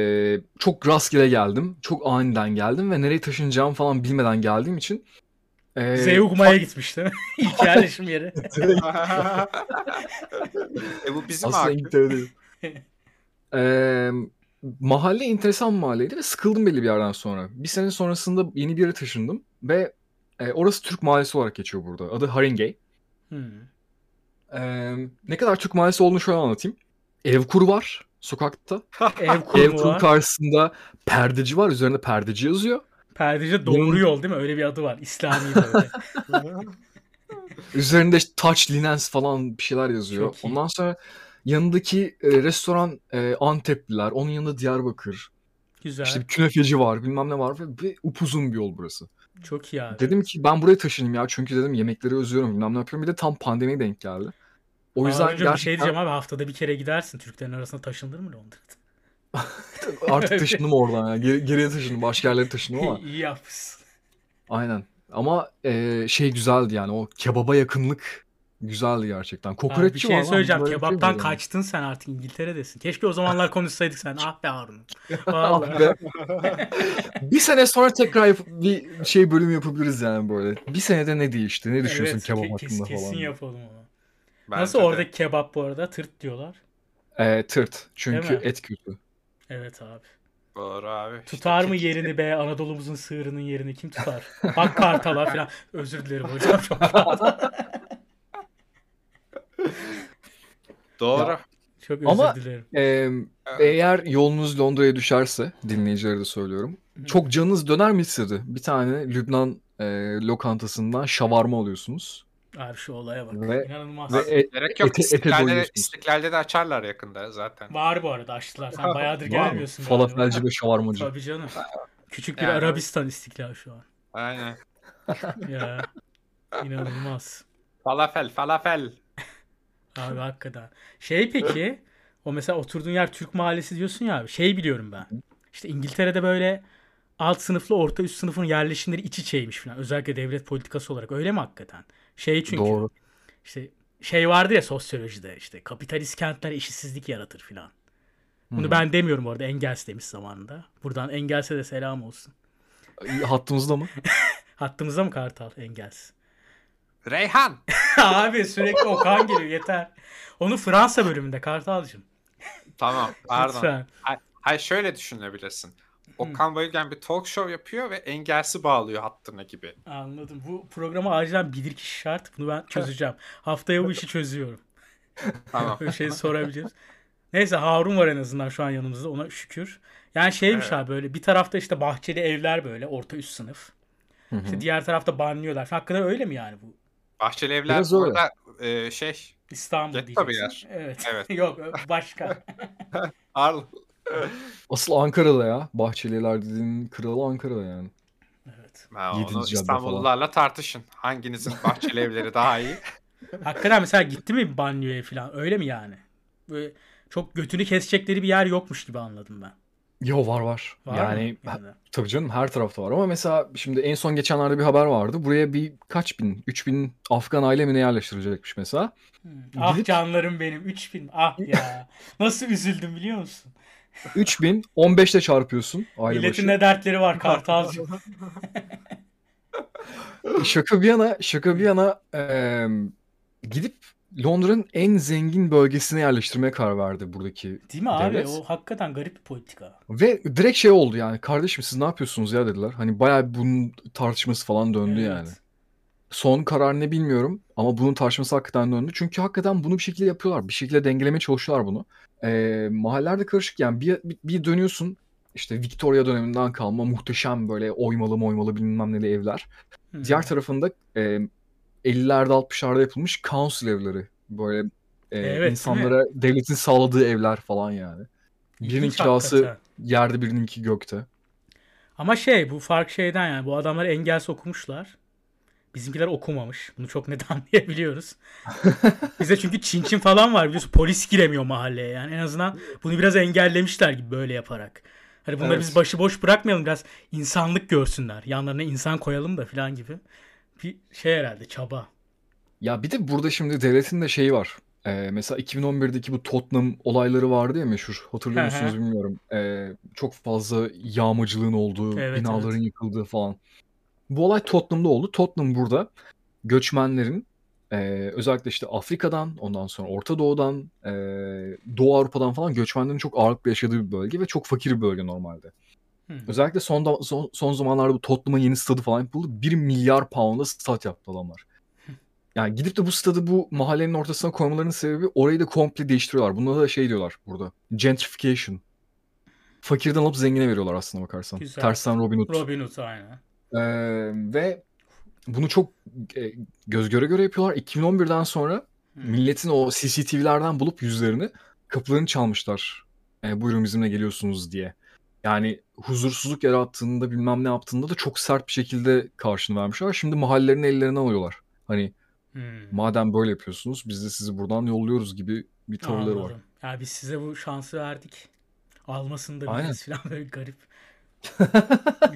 [SPEAKER 3] çok rastgele geldim. Çok aniden geldim ve nereye taşınacağımı falan bilmeden geldiğim için e,
[SPEAKER 1] Ee, Zeugma'ya gitmişti. [LAUGHS] İlk yerleşim yeri.
[SPEAKER 2] e bu bizim
[SPEAKER 3] Aslında
[SPEAKER 2] hakkı. [LAUGHS]
[SPEAKER 3] İngiltere değil. Ee, mahalle enteresan bir mahalleydi ve sıkıldım belli bir yerden sonra. Bir sene sonrasında yeni bir yere taşındım ve e, orası Türk mahallesi olarak geçiyor burada. Adı Haringey.
[SPEAKER 1] Hmm.
[SPEAKER 3] Ee, ne kadar Türk mahallesi olduğunu şöyle anlatayım. Evkur var sokakta.
[SPEAKER 1] Ev kurumu
[SPEAKER 3] Evkur'un
[SPEAKER 1] var.
[SPEAKER 3] karşısında perdeci var. Üzerinde perdeci yazıyor.
[SPEAKER 1] Perdeci doğru yol değil mi? Öyle bir adı var. İslami
[SPEAKER 3] [LAUGHS]
[SPEAKER 1] böyle.
[SPEAKER 3] Üzerinde işte touch linens falan bir şeyler yazıyor.
[SPEAKER 1] Çok iyi.
[SPEAKER 3] Ondan sonra yanındaki e, restoran e, Antepliler. Onun yanında Diyarbakır.
[SPEAKER 1] Güzel.
[SPEAKER 3] İşte bir künefeci var bilmem ne var. Ve, ve upuzun bir yol burası.
[SPEAKER 1] Çok iyi abi.
[SPEAKER 3] Dedim ki ben buraya taşınayım ya. Çünkü dedim yemekleri özlüyorum bilmem ne yapıyorum. Bir de tam pandemiye denk geldi. O
[SPEAKER 1] Aa,
[SPEAKER 3] yüzden
[SPEAKER 1] önce bir şey
[SPEAKER 3] gerçekten
[SPEAKER 1] diyeceğim [LAUGHS] abi haftada bir kere gidersin. Türklerin arasında taşınılır mı Londra'da?
[SPEAKER 3] artık taşındım oradan ya. Geri- geriye taşındım. Başka yerlere
[SPEAKER 1] [LAUGHS]
[SPEAKER 3] taşındım ama.
[SPEAKER 1] iyi yapmışsın.
[SPEAKER 3] Aynen. Ama e, şey güzeldi yani o kebaba yakınlık güzeldi gerçekten.
[SPEAKER 1] Abi bir
[SPEAKER 3] Kokoreççi var
[SPEAKER 1] şey
[SPEAKER 3] lan,
[SPEAKER 1] söyleyeceğim.
[SPEAKER 3] bunlar yapıyor
[SPEAKER 1] Kebaptan
[SPEAKER 3] böyle.
[SPEAKER 1] kaçtın sen artık İngiltere'desin. Keşke o zamanlar konuşsaydık sen. Ah be
[SPEAKER 3] [LAUGHS]
[SPEAKER 1] Harun. Vallahi.
[SPEAKER 3] Ah be. bir sene sonra tekrar yap- bir şey bölümü yapabiliriz yani böyle. Bir senede ne değişti? Ne düşünüyorsun
[SPEAKER 1] Evet,
[SPEAKER 3] kebap
[SPEAKER 1] ke- kes-
[SPEAKER 3] hakkında
[SPEAKER 1] kesin
[SPEAKER 3] falan? diye.
[SPEAKER 1] yapalım onu.
[SPEAKER 2] Bence
[SPEAKER 1] Nasıl
[SPEAKER 2] de.
[SPEAKER 1] oradaki kebap bu arada? Tırt diyorlar.
[SPEAKER 3] E, tırt. Çünkü
[SPEAKER 1] Değil mi?
[SPEAKER 3] et kültürü.
[SPEAKER 1] Evet abi.
[SPEAKER 2] Doğru abi. İşte
[SPEAKER 1] Tutar mı
[SPEAKER 2] kek-
[SPEAKER 1] yerini be? Anadolu'muzun sığırının yerini kim tutar? Bak Kartal'a falan.
[SPEAKER 2] [LAUGHS]
[SPEAKER 1] Özür dilerim hocam çok fazla.
[SPEAKER 2] Doğru.
[SPEAKER 3] Ya.
[SPEAKER 1] Çok özür
[SPEAKER 3] Ama-
[SPEAKER 1] dilerim.
[SPEAKER 3] E, eğer yolunuz Londra'ya düşerse dinleyicilere de söylüyorum.
[SPEAKER 1] Hı.
[SPEAKER 3] Çok canınız döner mi istedi? Bir tane Lübnan e, lokantasından şavarma alıyorsunuz.
[SPEAKER 1] Abi şu olaya bak.
[SPEAKER 3] Ve-
[SPEAKER 1] İnanılmaz.
[SPEAKER 3] Ve e,
[SPEAKER 2] Gerek yok.
[SPEAKER 3] Ete- ete
[SPEAKER 2] İstiklal'de,
[SPEAKER 3] doyuyorsunuz.
[SPEAKER 2] İstiklal'de de açarlar yakında zaten.
[SPEAKER 1] Var bu arada açtılar. Sen bayağıdır
[SPEAKER 3] [LAUGHS] var mı?
[SPEAKER 1] gelmiyorsun. galiba.
[SPEAKER 3] Falafelci ve şavarmacı.
[SPEAKER 1] Tabii
[SPEAKER 2] [LAUGHS]
[SPEAKER 1] canım. Küçük bir
[SPEAKER 2] Yani-
[SPEAKER 1] Arabistan istiklal şu an.
[SPEAKER 2] Aynen.
[SPEAKER 1] Ya. İnanılmaz.
[SPEAKER 2] Falafel, falafel.
[SPEAKER 1] Abi hakikaten. Şey peki o mesela oturduğun yer Türk mahallesi diyorsun ya abi. Şey biliyorum ben. İşte İngiltere'de böyle alt sınıfla orta üst sınıfın yerleşimleri iç içeymiş falan. Özellikle devlet politikası olarak. Öyle mi hakikaten? Şey çünkü
[SPEAKER 3] Doğru.
[SPEAKER 1] işte şey vardı ya sosyolojide işte kapitalist kentler eşitsizlik yaratır filan. Bunu
[SPEAKER 3] Hı.
[SPEAKER 1] ben demiyorum orada Engels demiş zamanında. Buradan Engels'e de selam olsun.
[SPEAKER 3] Hattımızda mı?
[SPEAKER 1] Hattımızda mı Kartal Engels? [LAUGHS]
[SPEAKER 2] Reyhan.
[SPEAKER 1] Abi sürekli Okan geliyor yeter. Onu Fransa bölümünde Kartal'cığım. [LAUGHS]
[SPEAKER 2] Tamam pardon.
[SPEAKER 1] Lütfen.
[SPEAKER 2] Hayır şöyle düşünebilirsin. Okan Bayülgen bir talk show yapıyor ve engelsi bağlıyor hattına gibi.
[SPEAKER 1] Anladım. Bu programa acilen bilirkişi şart. Bunu ben çözeceğim. Haftaya bu işi çözüyorum.
[SPEAKER 2] Tamam.
[SPEAKER 1] [LAUGHS] Böyle
[SPEAKER 3] [LAUGHS]
[SPEAKER 1] şey sorabiliriz. Neyse Harun var en azından şu an yanımızda. Ona şükür. Yani şeymiş
[SPEAKER 2] Evet.
[SPEAKER 1] abi böyle bir tarafta işte bahçeli evler böyle orta üst sınıf.
[SPEAKER 3] Hı hı.
[SPEAKER 1] İşte diğer tarafta banlıyorlar. Hakikaten öyle mi yani bu?
[SPEAKER 2] Bahçeli evler
[SPEAKER 3] Biraz öyle.
[SPEAKER 2] orada e, şey
[SPEAKER 1] İstanbul
[SPEAKER 3] E,
[SPEAKER 2] Getto
[SPEAKER 1] diyeceksin.
[SPEAKER 2] bir
[SPEAKER 1] Evet. [LAUGHS]
[SPEAKER 2] Evet.
[SPEAKER 1] Yok başka.
[SPEAKER 2] Arl.
[SPEAKER 3] Asıl Ankara'da ya. Bahçeliler dediğin kralı Ankara'da yani.
[SPEAKER 1] Evet.
[SPEAKER 2] Ha,
[SPEAKER 3] Yedinci
[SPEAKER 2] onu
[SPEAKER 3] cadde
[SPEAKER 2] İstanbullularla tartışın.
[SPEAKER 1] [LAUGHS]
[SPEAKER 2] Hanginizin bahçeli evleri daha iyi?
[SPEAKER 1] Hakikaten mesela gitti mi banyoya falan öyle mi yani? Böyle çok götünü kesecekleri bir yer yokmuş gibi anladım ben.
[SPEAKER 3] Yo var var.
[SPEAKER 1] Var
[SPEAKER 3] yani
[SPEAKER 1] mı?
[SPEAKER 3] ha-
[SPEAKER 1] Yani.
[SPEAKER 3] tabii canım her tarafta var ama mesela şimdi en son geçenlerde bir haber vardı. Buraya bir kaç bin, 3000 Afgan aile mi ne yerleştirilecekmiş mesela.
[SPEAKER 1] Hmm. Ah
[SPEAKER 3] Gidip-
[SPEAKER 1] canlarım benim 3000 ah
[SPEAKER 3] [LAUGHS]
[SPEAKER 1] ya. Nasıl üzüldüm biliyor musun?
[SPEAKER 3] 3000 15'te çarpıyorsun aile
[SPEAKER 1] Milletin
[SPEAKER 3] başı.
[SPEAKER 1] ne dertleri
[SPEAKER 3] [LAUGHS]
[SPEAKER 1] var Kartalcığım.
[SPEAKER 3] Şaka bir yana, şaka bir yana eee, gidip Londra'nın en zengin bölgesine yerleştirmeye karar verdi buradaki.
[SPEAKER 1] Değil mi abi?
[SPEAKER 3] Devlet.
[SPEAKER 1] O hakikaten garip bir politika.
[SPEAKER 3] Ve direkt şey oldu yani kardeşim siz ne yapıyorsunuz ya dediler. Hani bayağı bunun tartışması falan döndü
[SPEAKER 1] Evet.
[SPEAKER 3] yani. Son karar ne bilmiyorum ama bunun tartışması hakikaten döndü. Çünkü hakikaten bunu bir şekilde yapıyorlar. Bir şekilde dengelemeye çalışıyorlar bunu. Ee, mahallelerde karışık yani bir, bir- bir dönüyorsun işte Victoria döneminden kalma muhteşem böyle oymalı moymalı bilmem neli evler.
[SPEAKER 1] Hmm.
[SPEAKER 3] Diğer tarafında e, 50'lerde 60'larda yapılmış council evleri. Böyle e,
[SPEAKER 1] Evet, değil
[SPEAKER 3] insanlara devletin sağladığı evler falan yani.
[SPEAKER 1] İlginç
[SPEAKER 3] Birinin kirası
[SPEAKER 1] hakikaten.
[SPEAKER 3] yerde birininki gökte.
[SPEAKER 1] Ama şey bu fark şeyden yani bu adamlar Engels okumuşlar. Bizimkiler okumamış. Bunu çok net [LAUGHS] anlayabiliyoruz. Bize çünkü Çin Çin falan var biliyorsun. Polis giremiyor mahalleye yani. En azından bunu biraz engellemişler gibi böyle yaparak. Hani bunları
[SPEAKER 3] Evet.
[SPEAKER 1] biz başıboş bırakmayalım biraz insanlık görsünler. Yanlarına insan koyalım da falan gibi. Bir şey herhalde çaba.
[SPEAKER 3] Ya bir de burada şimdi devletin de şeyi var. Ee, mesela 2011'deki bu Tottenham olayları vardı ya meşhur. Hatırlıyor
[SPEAKER 1] Hı hı.
[SPEAKER 3] musunuz bilmiyorum. Ee, çok fazla yağmacılığın olduğu,
[SPEAKER 1] Evet,
[SPEAKER 3] binaların yıkıldığı falan. Bu olay Tottenham'da oldu. Tottenham burada göçmenlerin e, özellikle işte Afrika'dan, ondan sonra Orta Doğu'dan, e, Doğu Avrupa'dan falan göçmenlerin çok ağırlıklı yaşadığı bir bölge ve çok fakir bir bölge normalde.
[SPEAKER 1] Hı.
[SPEAKER 3] Özellikle son, da- son, son zamanlarda bu Tottenham'ın yeni stadı falan yapıldı. 1 milyar pound'a stat
[SPEAKER 1] [LAUGHS]
[SPEAKER 3] yaptı adamlar. Yani gidip de bu stadı bu mahallenin ortasına koymalarının sebebi orayı da komple değiştiriyorlar. Buna da şey diyorlar burada. Gentrification. Fakirden alıp zengine veriyorlar aslında bakarsan.
[SPEAKER 1] Güzel.
[SPEAKER 3] Tersten Robin Hood.
[SPEAKER 1] Robin Hood aynen.
[SPEAKER 3] Ee, ve bunu çok e, göz göre göre yapıyorlar. 2011'den sonra
[SPEAKER 1] Hı.
[SPEAKER 3] milletin o CCTV'lerden bulup yüzlerini kapılarını çalmışlar. E, buyurun bizimle geliyorsunuz diye. Yani huzursuzluk yarattığında bilmem ne yaptığında da çok sert bir şekilde karşını vermişler. Şimdi mahallelerini ellerinden alıyorlar. Hani
[SPEAKER 1] Hı.
[SPEAKER 3] madem böyle yapıyorsunuz biz de sizi buradan yolluyoruz gibi bir tavırları var.
[SPEAKER 1] Anladım. Ya biz size bu şansı verdik. Almasını da
[SPEAKER 3] Aynen.
[SPEAKER 1] biliriz falan böyle
[SPEAKER 3] [LAUGHS]
[SPEAKER 1] garip.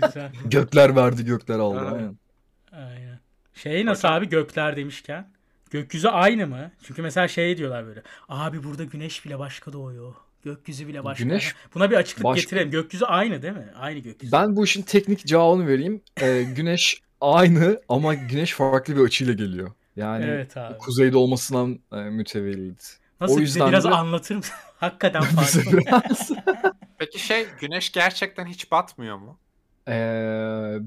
[SPEAKER 1] Güzel.
[SPEAKER 3] Gökler verdi gökler aldı.
[SPEAKER 2] Aynen.
[SPEAKER 3] Aynen.
[SPEAKER 1] Aynen. Şey nasıl abi gökler demişken? Gökyüzü aynı mı? Çünkü mesela şey diyorlar böyle. Abi burada güneş bile başka doğuyor. Gökyüzü bile başka.
[SPEAKER 3] Güneş
[SPEAKER 1] Buna bir açıklık
[SPEAKER 3] başka.
[SPEAKER 1] getirelim. Gökyüzü aynı değil mi? Aynı gökyüzü.
[SPEAKER 3] Ben bu işin teknik cevabını vereyim. Ee, güneş [LAUGHS] aynı ama güneş farklı bir açıyla geliyor. Yani
[SPEAKER 1] Evet abi.
[SPEAKER 3] kuzeyde olmasından e, mütevellit.
[SPEAKER 1] Nasıl
[SPEAKER 3] o
[SPEAKER 1] bize
[SPEAKER 3] yüzden
[SPEAKER 1] biraz
[SPEAKER 3] de-
[SPEAKER 1] anlatır mısın? [LAUGHS] Hakikaten
[SPEAKER 3] [LAUGHS] Bize
[SPEAKER 1] farklı.
[SPEAKER 3] biraz
[SPEAKER 2] Peki şey güneş gerçekten hiç batmıyor mu?
[SPEAKER 3] Ee,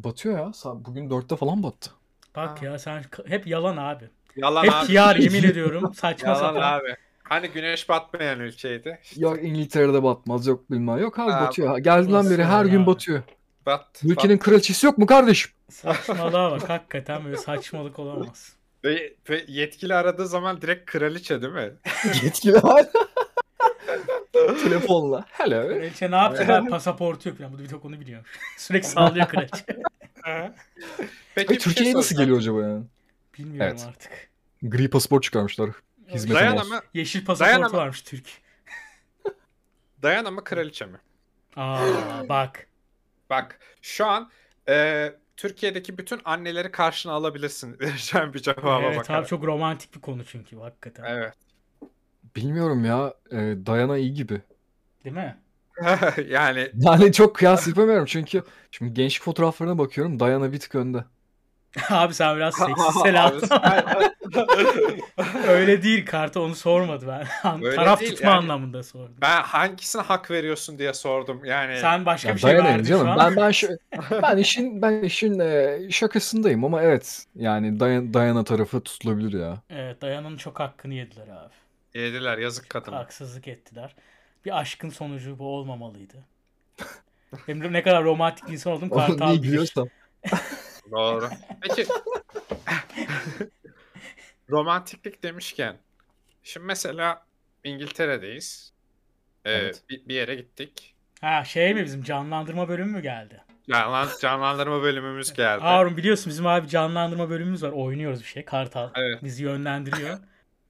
[SPEAKER 3] batıyor ya. Sa- Bugün dörtte falan battı.
[SPEAKER 1] Bak
[SPEAKER 2] Ha.
[SPEAKER 1] ya sen ka- hep yalan abi.
[SPEAKER 2] Yalan
[SPEAKER 1] Hep
[SPEAKER 2] abi.
[SPEAKER 1] PR yemin ediyorum. Saçma
[SPEAKER 2] Yalan
[SPEAKER 1] sapan.
[SPEAKER 2] abi. Hani güneş batmayan ülkeydi.
[SPEAKER 3] Yok İngiltere'de batmaz yok bilmem. Yok abi
[SPEAKER 2] Aa,
[SPEAKER 3] batıyor. Ha, Geldiğinden
[SPEAKER 1] batıyor
[SPEAKER 3] beri her gün
[SPEAKER 1] abi.
[SPEAKER 3] batıyor.
[SPEAKER 2] Bat,
[SPEAKER 3] Ülkenin kraliçesi yok mu kardeşim?
[SPEAKER 1] Saçmalığa bak. Hakikaten böyle saçmalık olamaz.
[SPEAKER 2] bat. Ve, ve yetkili aradığı zaman direkt kraliçe değil mi?
[SPEAKER 3] Yetkili var. [LAUGHS] Telefonla. Hello.
[SPEAKER 1] Kraliçe ne yaptı? Ben pasaportu yok. falan. Bu da bir tek onu biliyor. Sürekli sallıyor kraliçe.
[SPEAKER 3] [LAUGHS]
[SPEAKER 2] [LAUGHS] Peki
[SPEAKER 3] Ay,
[SPEAKER 2] bir şey
[SPEAKER 3] Türkiye'ye nasıl
[SPEAKER 2] soracağım.
[SPEAKER 3] geliyor acaba ya?
[SPEAKER 1] Bilmiyorum
[SPEAKER 3] Evet.
[SPEAKER 1] artık.
[SPEAKER 3] Gri pasaport çıkarmışlar. Hizmet Hizmete
[SPEAKER 2] Dayan
[SPEAKER 3] mahsus.
[SPEAKER 2] ama,
[SPEAKER 1] Yeşil
[SPEAKER 2] Dayan
[SPEAKER 1] pasaportu
[SPEAKER 2] ama-
[SPEAKER 1] varmış Türk.
[SPEAKER 2] Dayan ama kraliçe mi?
[SPEAKER 1] Aa
[SPEAKER 2] [LAUGHS]
[SPEAKER 1] bak.
[SPEAKER 2] Bak şu an e, Türkiye'deki bütün anneleri karşına alabilirsin. [LAUGHS] Vereceğim bir cevaba
[SPEAKER 1] evet
[SPEAKER 2] bakarak.
[SPEAKER 1] abi çok romantik bir konu çünkü bu hakikaten.
[SPEAKER 2] Evet. [LAUGHS]
[SPEAKER 3] Bilmiyorum ya. Ee, Dayana iyi gibi.
[SPEAKER 1] Değil mi? [LAUGHS]
[SPEAKER 2] yani
[SPEAKER 3] Yani çok kıyas yapamıyorum çünkü şimdi gençlik fotoğraflarına bakıyorum Dayana bir tık önde.
[SPEAKER 1] abi sen biraz
[SPEAKER 2] [LAUGHS]
[SPEAKER 1] seksisel
[SPEAKER 2] Abi,
[SPEAKER 1] aldın. [LAUGHS] Öyle değil kartı onu sormadı ben. [LAUGHS] An-
[SPEAKER 2] Öyle
[SPEAKER 1] Taraf
[SPEAKER 2] değil
[SPEAKER 1] tutma
[SPEAKER 2] yani.
[SPEAKER 1] anlamında sordum.
[SPEAKER 2] ben hangisine hak veriyorsun diye sordum. Yani
[SPEAKER 1] Sen başka
[SPEAKER 3] Yani
[SPEAKER 1] bir şey
[SPEAKER 3] Dayana
[SPEAKER 1] verdin
[SPEAKER 3] iyi
[SPEAKER 1] şu
[SPEAKER 3] canım.
[SPEAKER 1] an.
[SPEAKER 3] Ben
[SPEAKER 1] [LAUGHS]
[SPEAKER 3] ben şu- ben işin ben işin e, şakasındayım ama evet yani Dayan- Dayana tarafı tutulabilir ya.
[SPEAKER 1] Evet Dayan'ın çok hakkını yediler abi.
[SPEAKER 2] yediler yazık kadın.
[SPEAKER 1] Haksızlık ettiler. Bir aşkın sonucu bu olmamalıydı. Benim ne kadar romantik bir insan oldum
[SPEAKER 3] Oğlum niye
[SPEAKER 1] Kartal bilir.
[SPEAKER 3] gülüyorsam.
[SPEAKER 2] Doğru.
[SPEAKER 1] [LAUGHS]
[SPEAKER 2] Peki romantiklik demişken şimdi mesela İngiltere'deyiz. Ee,
[SPEAKER 3] Evet.
[SPEAKER 2] bir, bir yere gittik.
[SPEAKER 1] Ha şey mi bizim canlandırma bölümü mü geldi?
[SPEAKER 2] Canlan, canlandırma bölümümüz geldi.
[SPEAKER 1] Harun biliyorsun bizim abi canlandırma bölümümüz var. Oynuyoruz bir şey. Kartal
[SPEAKER 2] Evet.
[SPEAKER 1] bizi
[SPEAKER 2] [LAUGHS]
[SPEAKER 1] yönlendiriyor.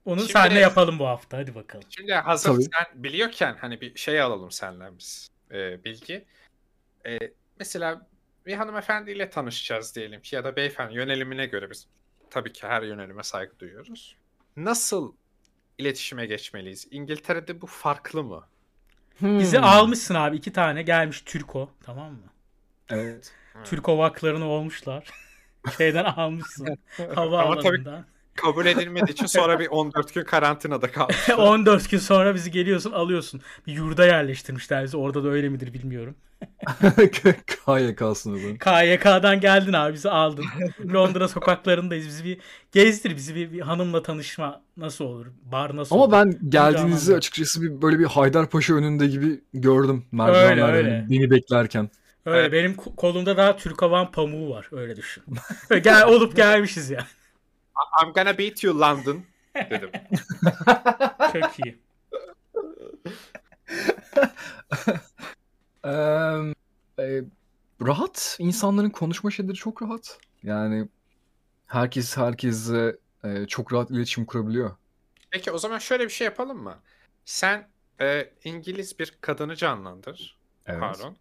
[SPEAKER 1] Onu
[SPEAKER 2] Şimdi-
[SPEAKER 1] sahne yapalım bu hafta. Hadi bakalım.
[SPEAKER 2] Şimdi hazır
[SPEAKER 3] Tabii.
[SPEAKER 2] sen biliyorken hani bir şey alalım senden biz e, bilgi. E, mesela bir hanımefendiyle tanışacağız diyelim ki ya da beyefendi yönelimine göre biz tabii ki her yönelime saygı duyuyoruz. Nasıl iletişime geçmeliyiz? İngiltere'de bu farklı mı?
[SPEAKER 3] Hmm.
[SPEAKER 1] Bizi almışsın abi. iki tane gelmiş Türko. Tamam mı?
[SPEAKER 2] Hmm.
[SPEAKER 1] [LAUGHS]
[SPEAKER 3] Evet.
[SPEAKER 1] Türko vaklarını olmuşlar. [LAUGHS] Şeyden almışsın.
[SPEAKER 2] [LAUGHS] Ama tabii
[SPEAKER 1] Havaalanından.
[SPEAKER 2] kabul edilmediği için sonra bir 14 gün karantinada
[SPEAKER 1] [LAUGHS]
[SPEAKER 2] kalmış.
[SPEAKER 1] 14 gün sonra bizi geliyorsun alıyorsun. Bir yurda yerleştirmişler bizi. Orada da öyle midir bilmiyorum.
[SPEAKER 3] KYK'sını bu.
[SPEAKER 1] KYK'dan geldin abi bizi
[SPEAKER 2] [LAUGHS]
[SPEAKER 1] aldın. Londra sokaklarındayız. Bizi bir gezdir. Bizi bir, bir hanımla tanışma nasıl olur? Bar nasıl
[SPEAKER 3] Ama
[SPEAKER 1] olur?
[SPEAKER 3] ben geldiğinizi
[SPEAKER 1] anlamıyorum.
[SPEAKER 3] açıkçası bir böyle bir Haydarpaşa önünde gibi gördüm
[SPEAKER 1] Öyle,
[SPEAKER 3] merdivenlerde
[SPEAKER 1] öyle.
[SPEAKER 3] hani beni beklerken.
[SPEAKER 1] Öyle
[SPEAKER 2] Evet.
[SPEAKER 1] benim ko- kolumda daha Türk havan pamuğu var öyle düşün. Böyle gel olup gelmişiz
[SPEAKER 2] [LAUGHS]
[SPEAKER 1] ya.
[SPEAKER 2] I'm gonna beat you London dedim.
[SPEAKER 1] Çok iyi.
[SPEAKER 3] Eee, e, rahat. İnsanların konuşma şeyleri çok rahat. Yani herkes herkese e, çok rahat iletişim kurabiliyor.
[SPEAKER 2] Peki o zaman şöyle bir şey yapalım mı? Sen e, İngiliz bir kadını canlandır.
[SPEAKER 3] Evet.
[SPEAKER 2] Harun.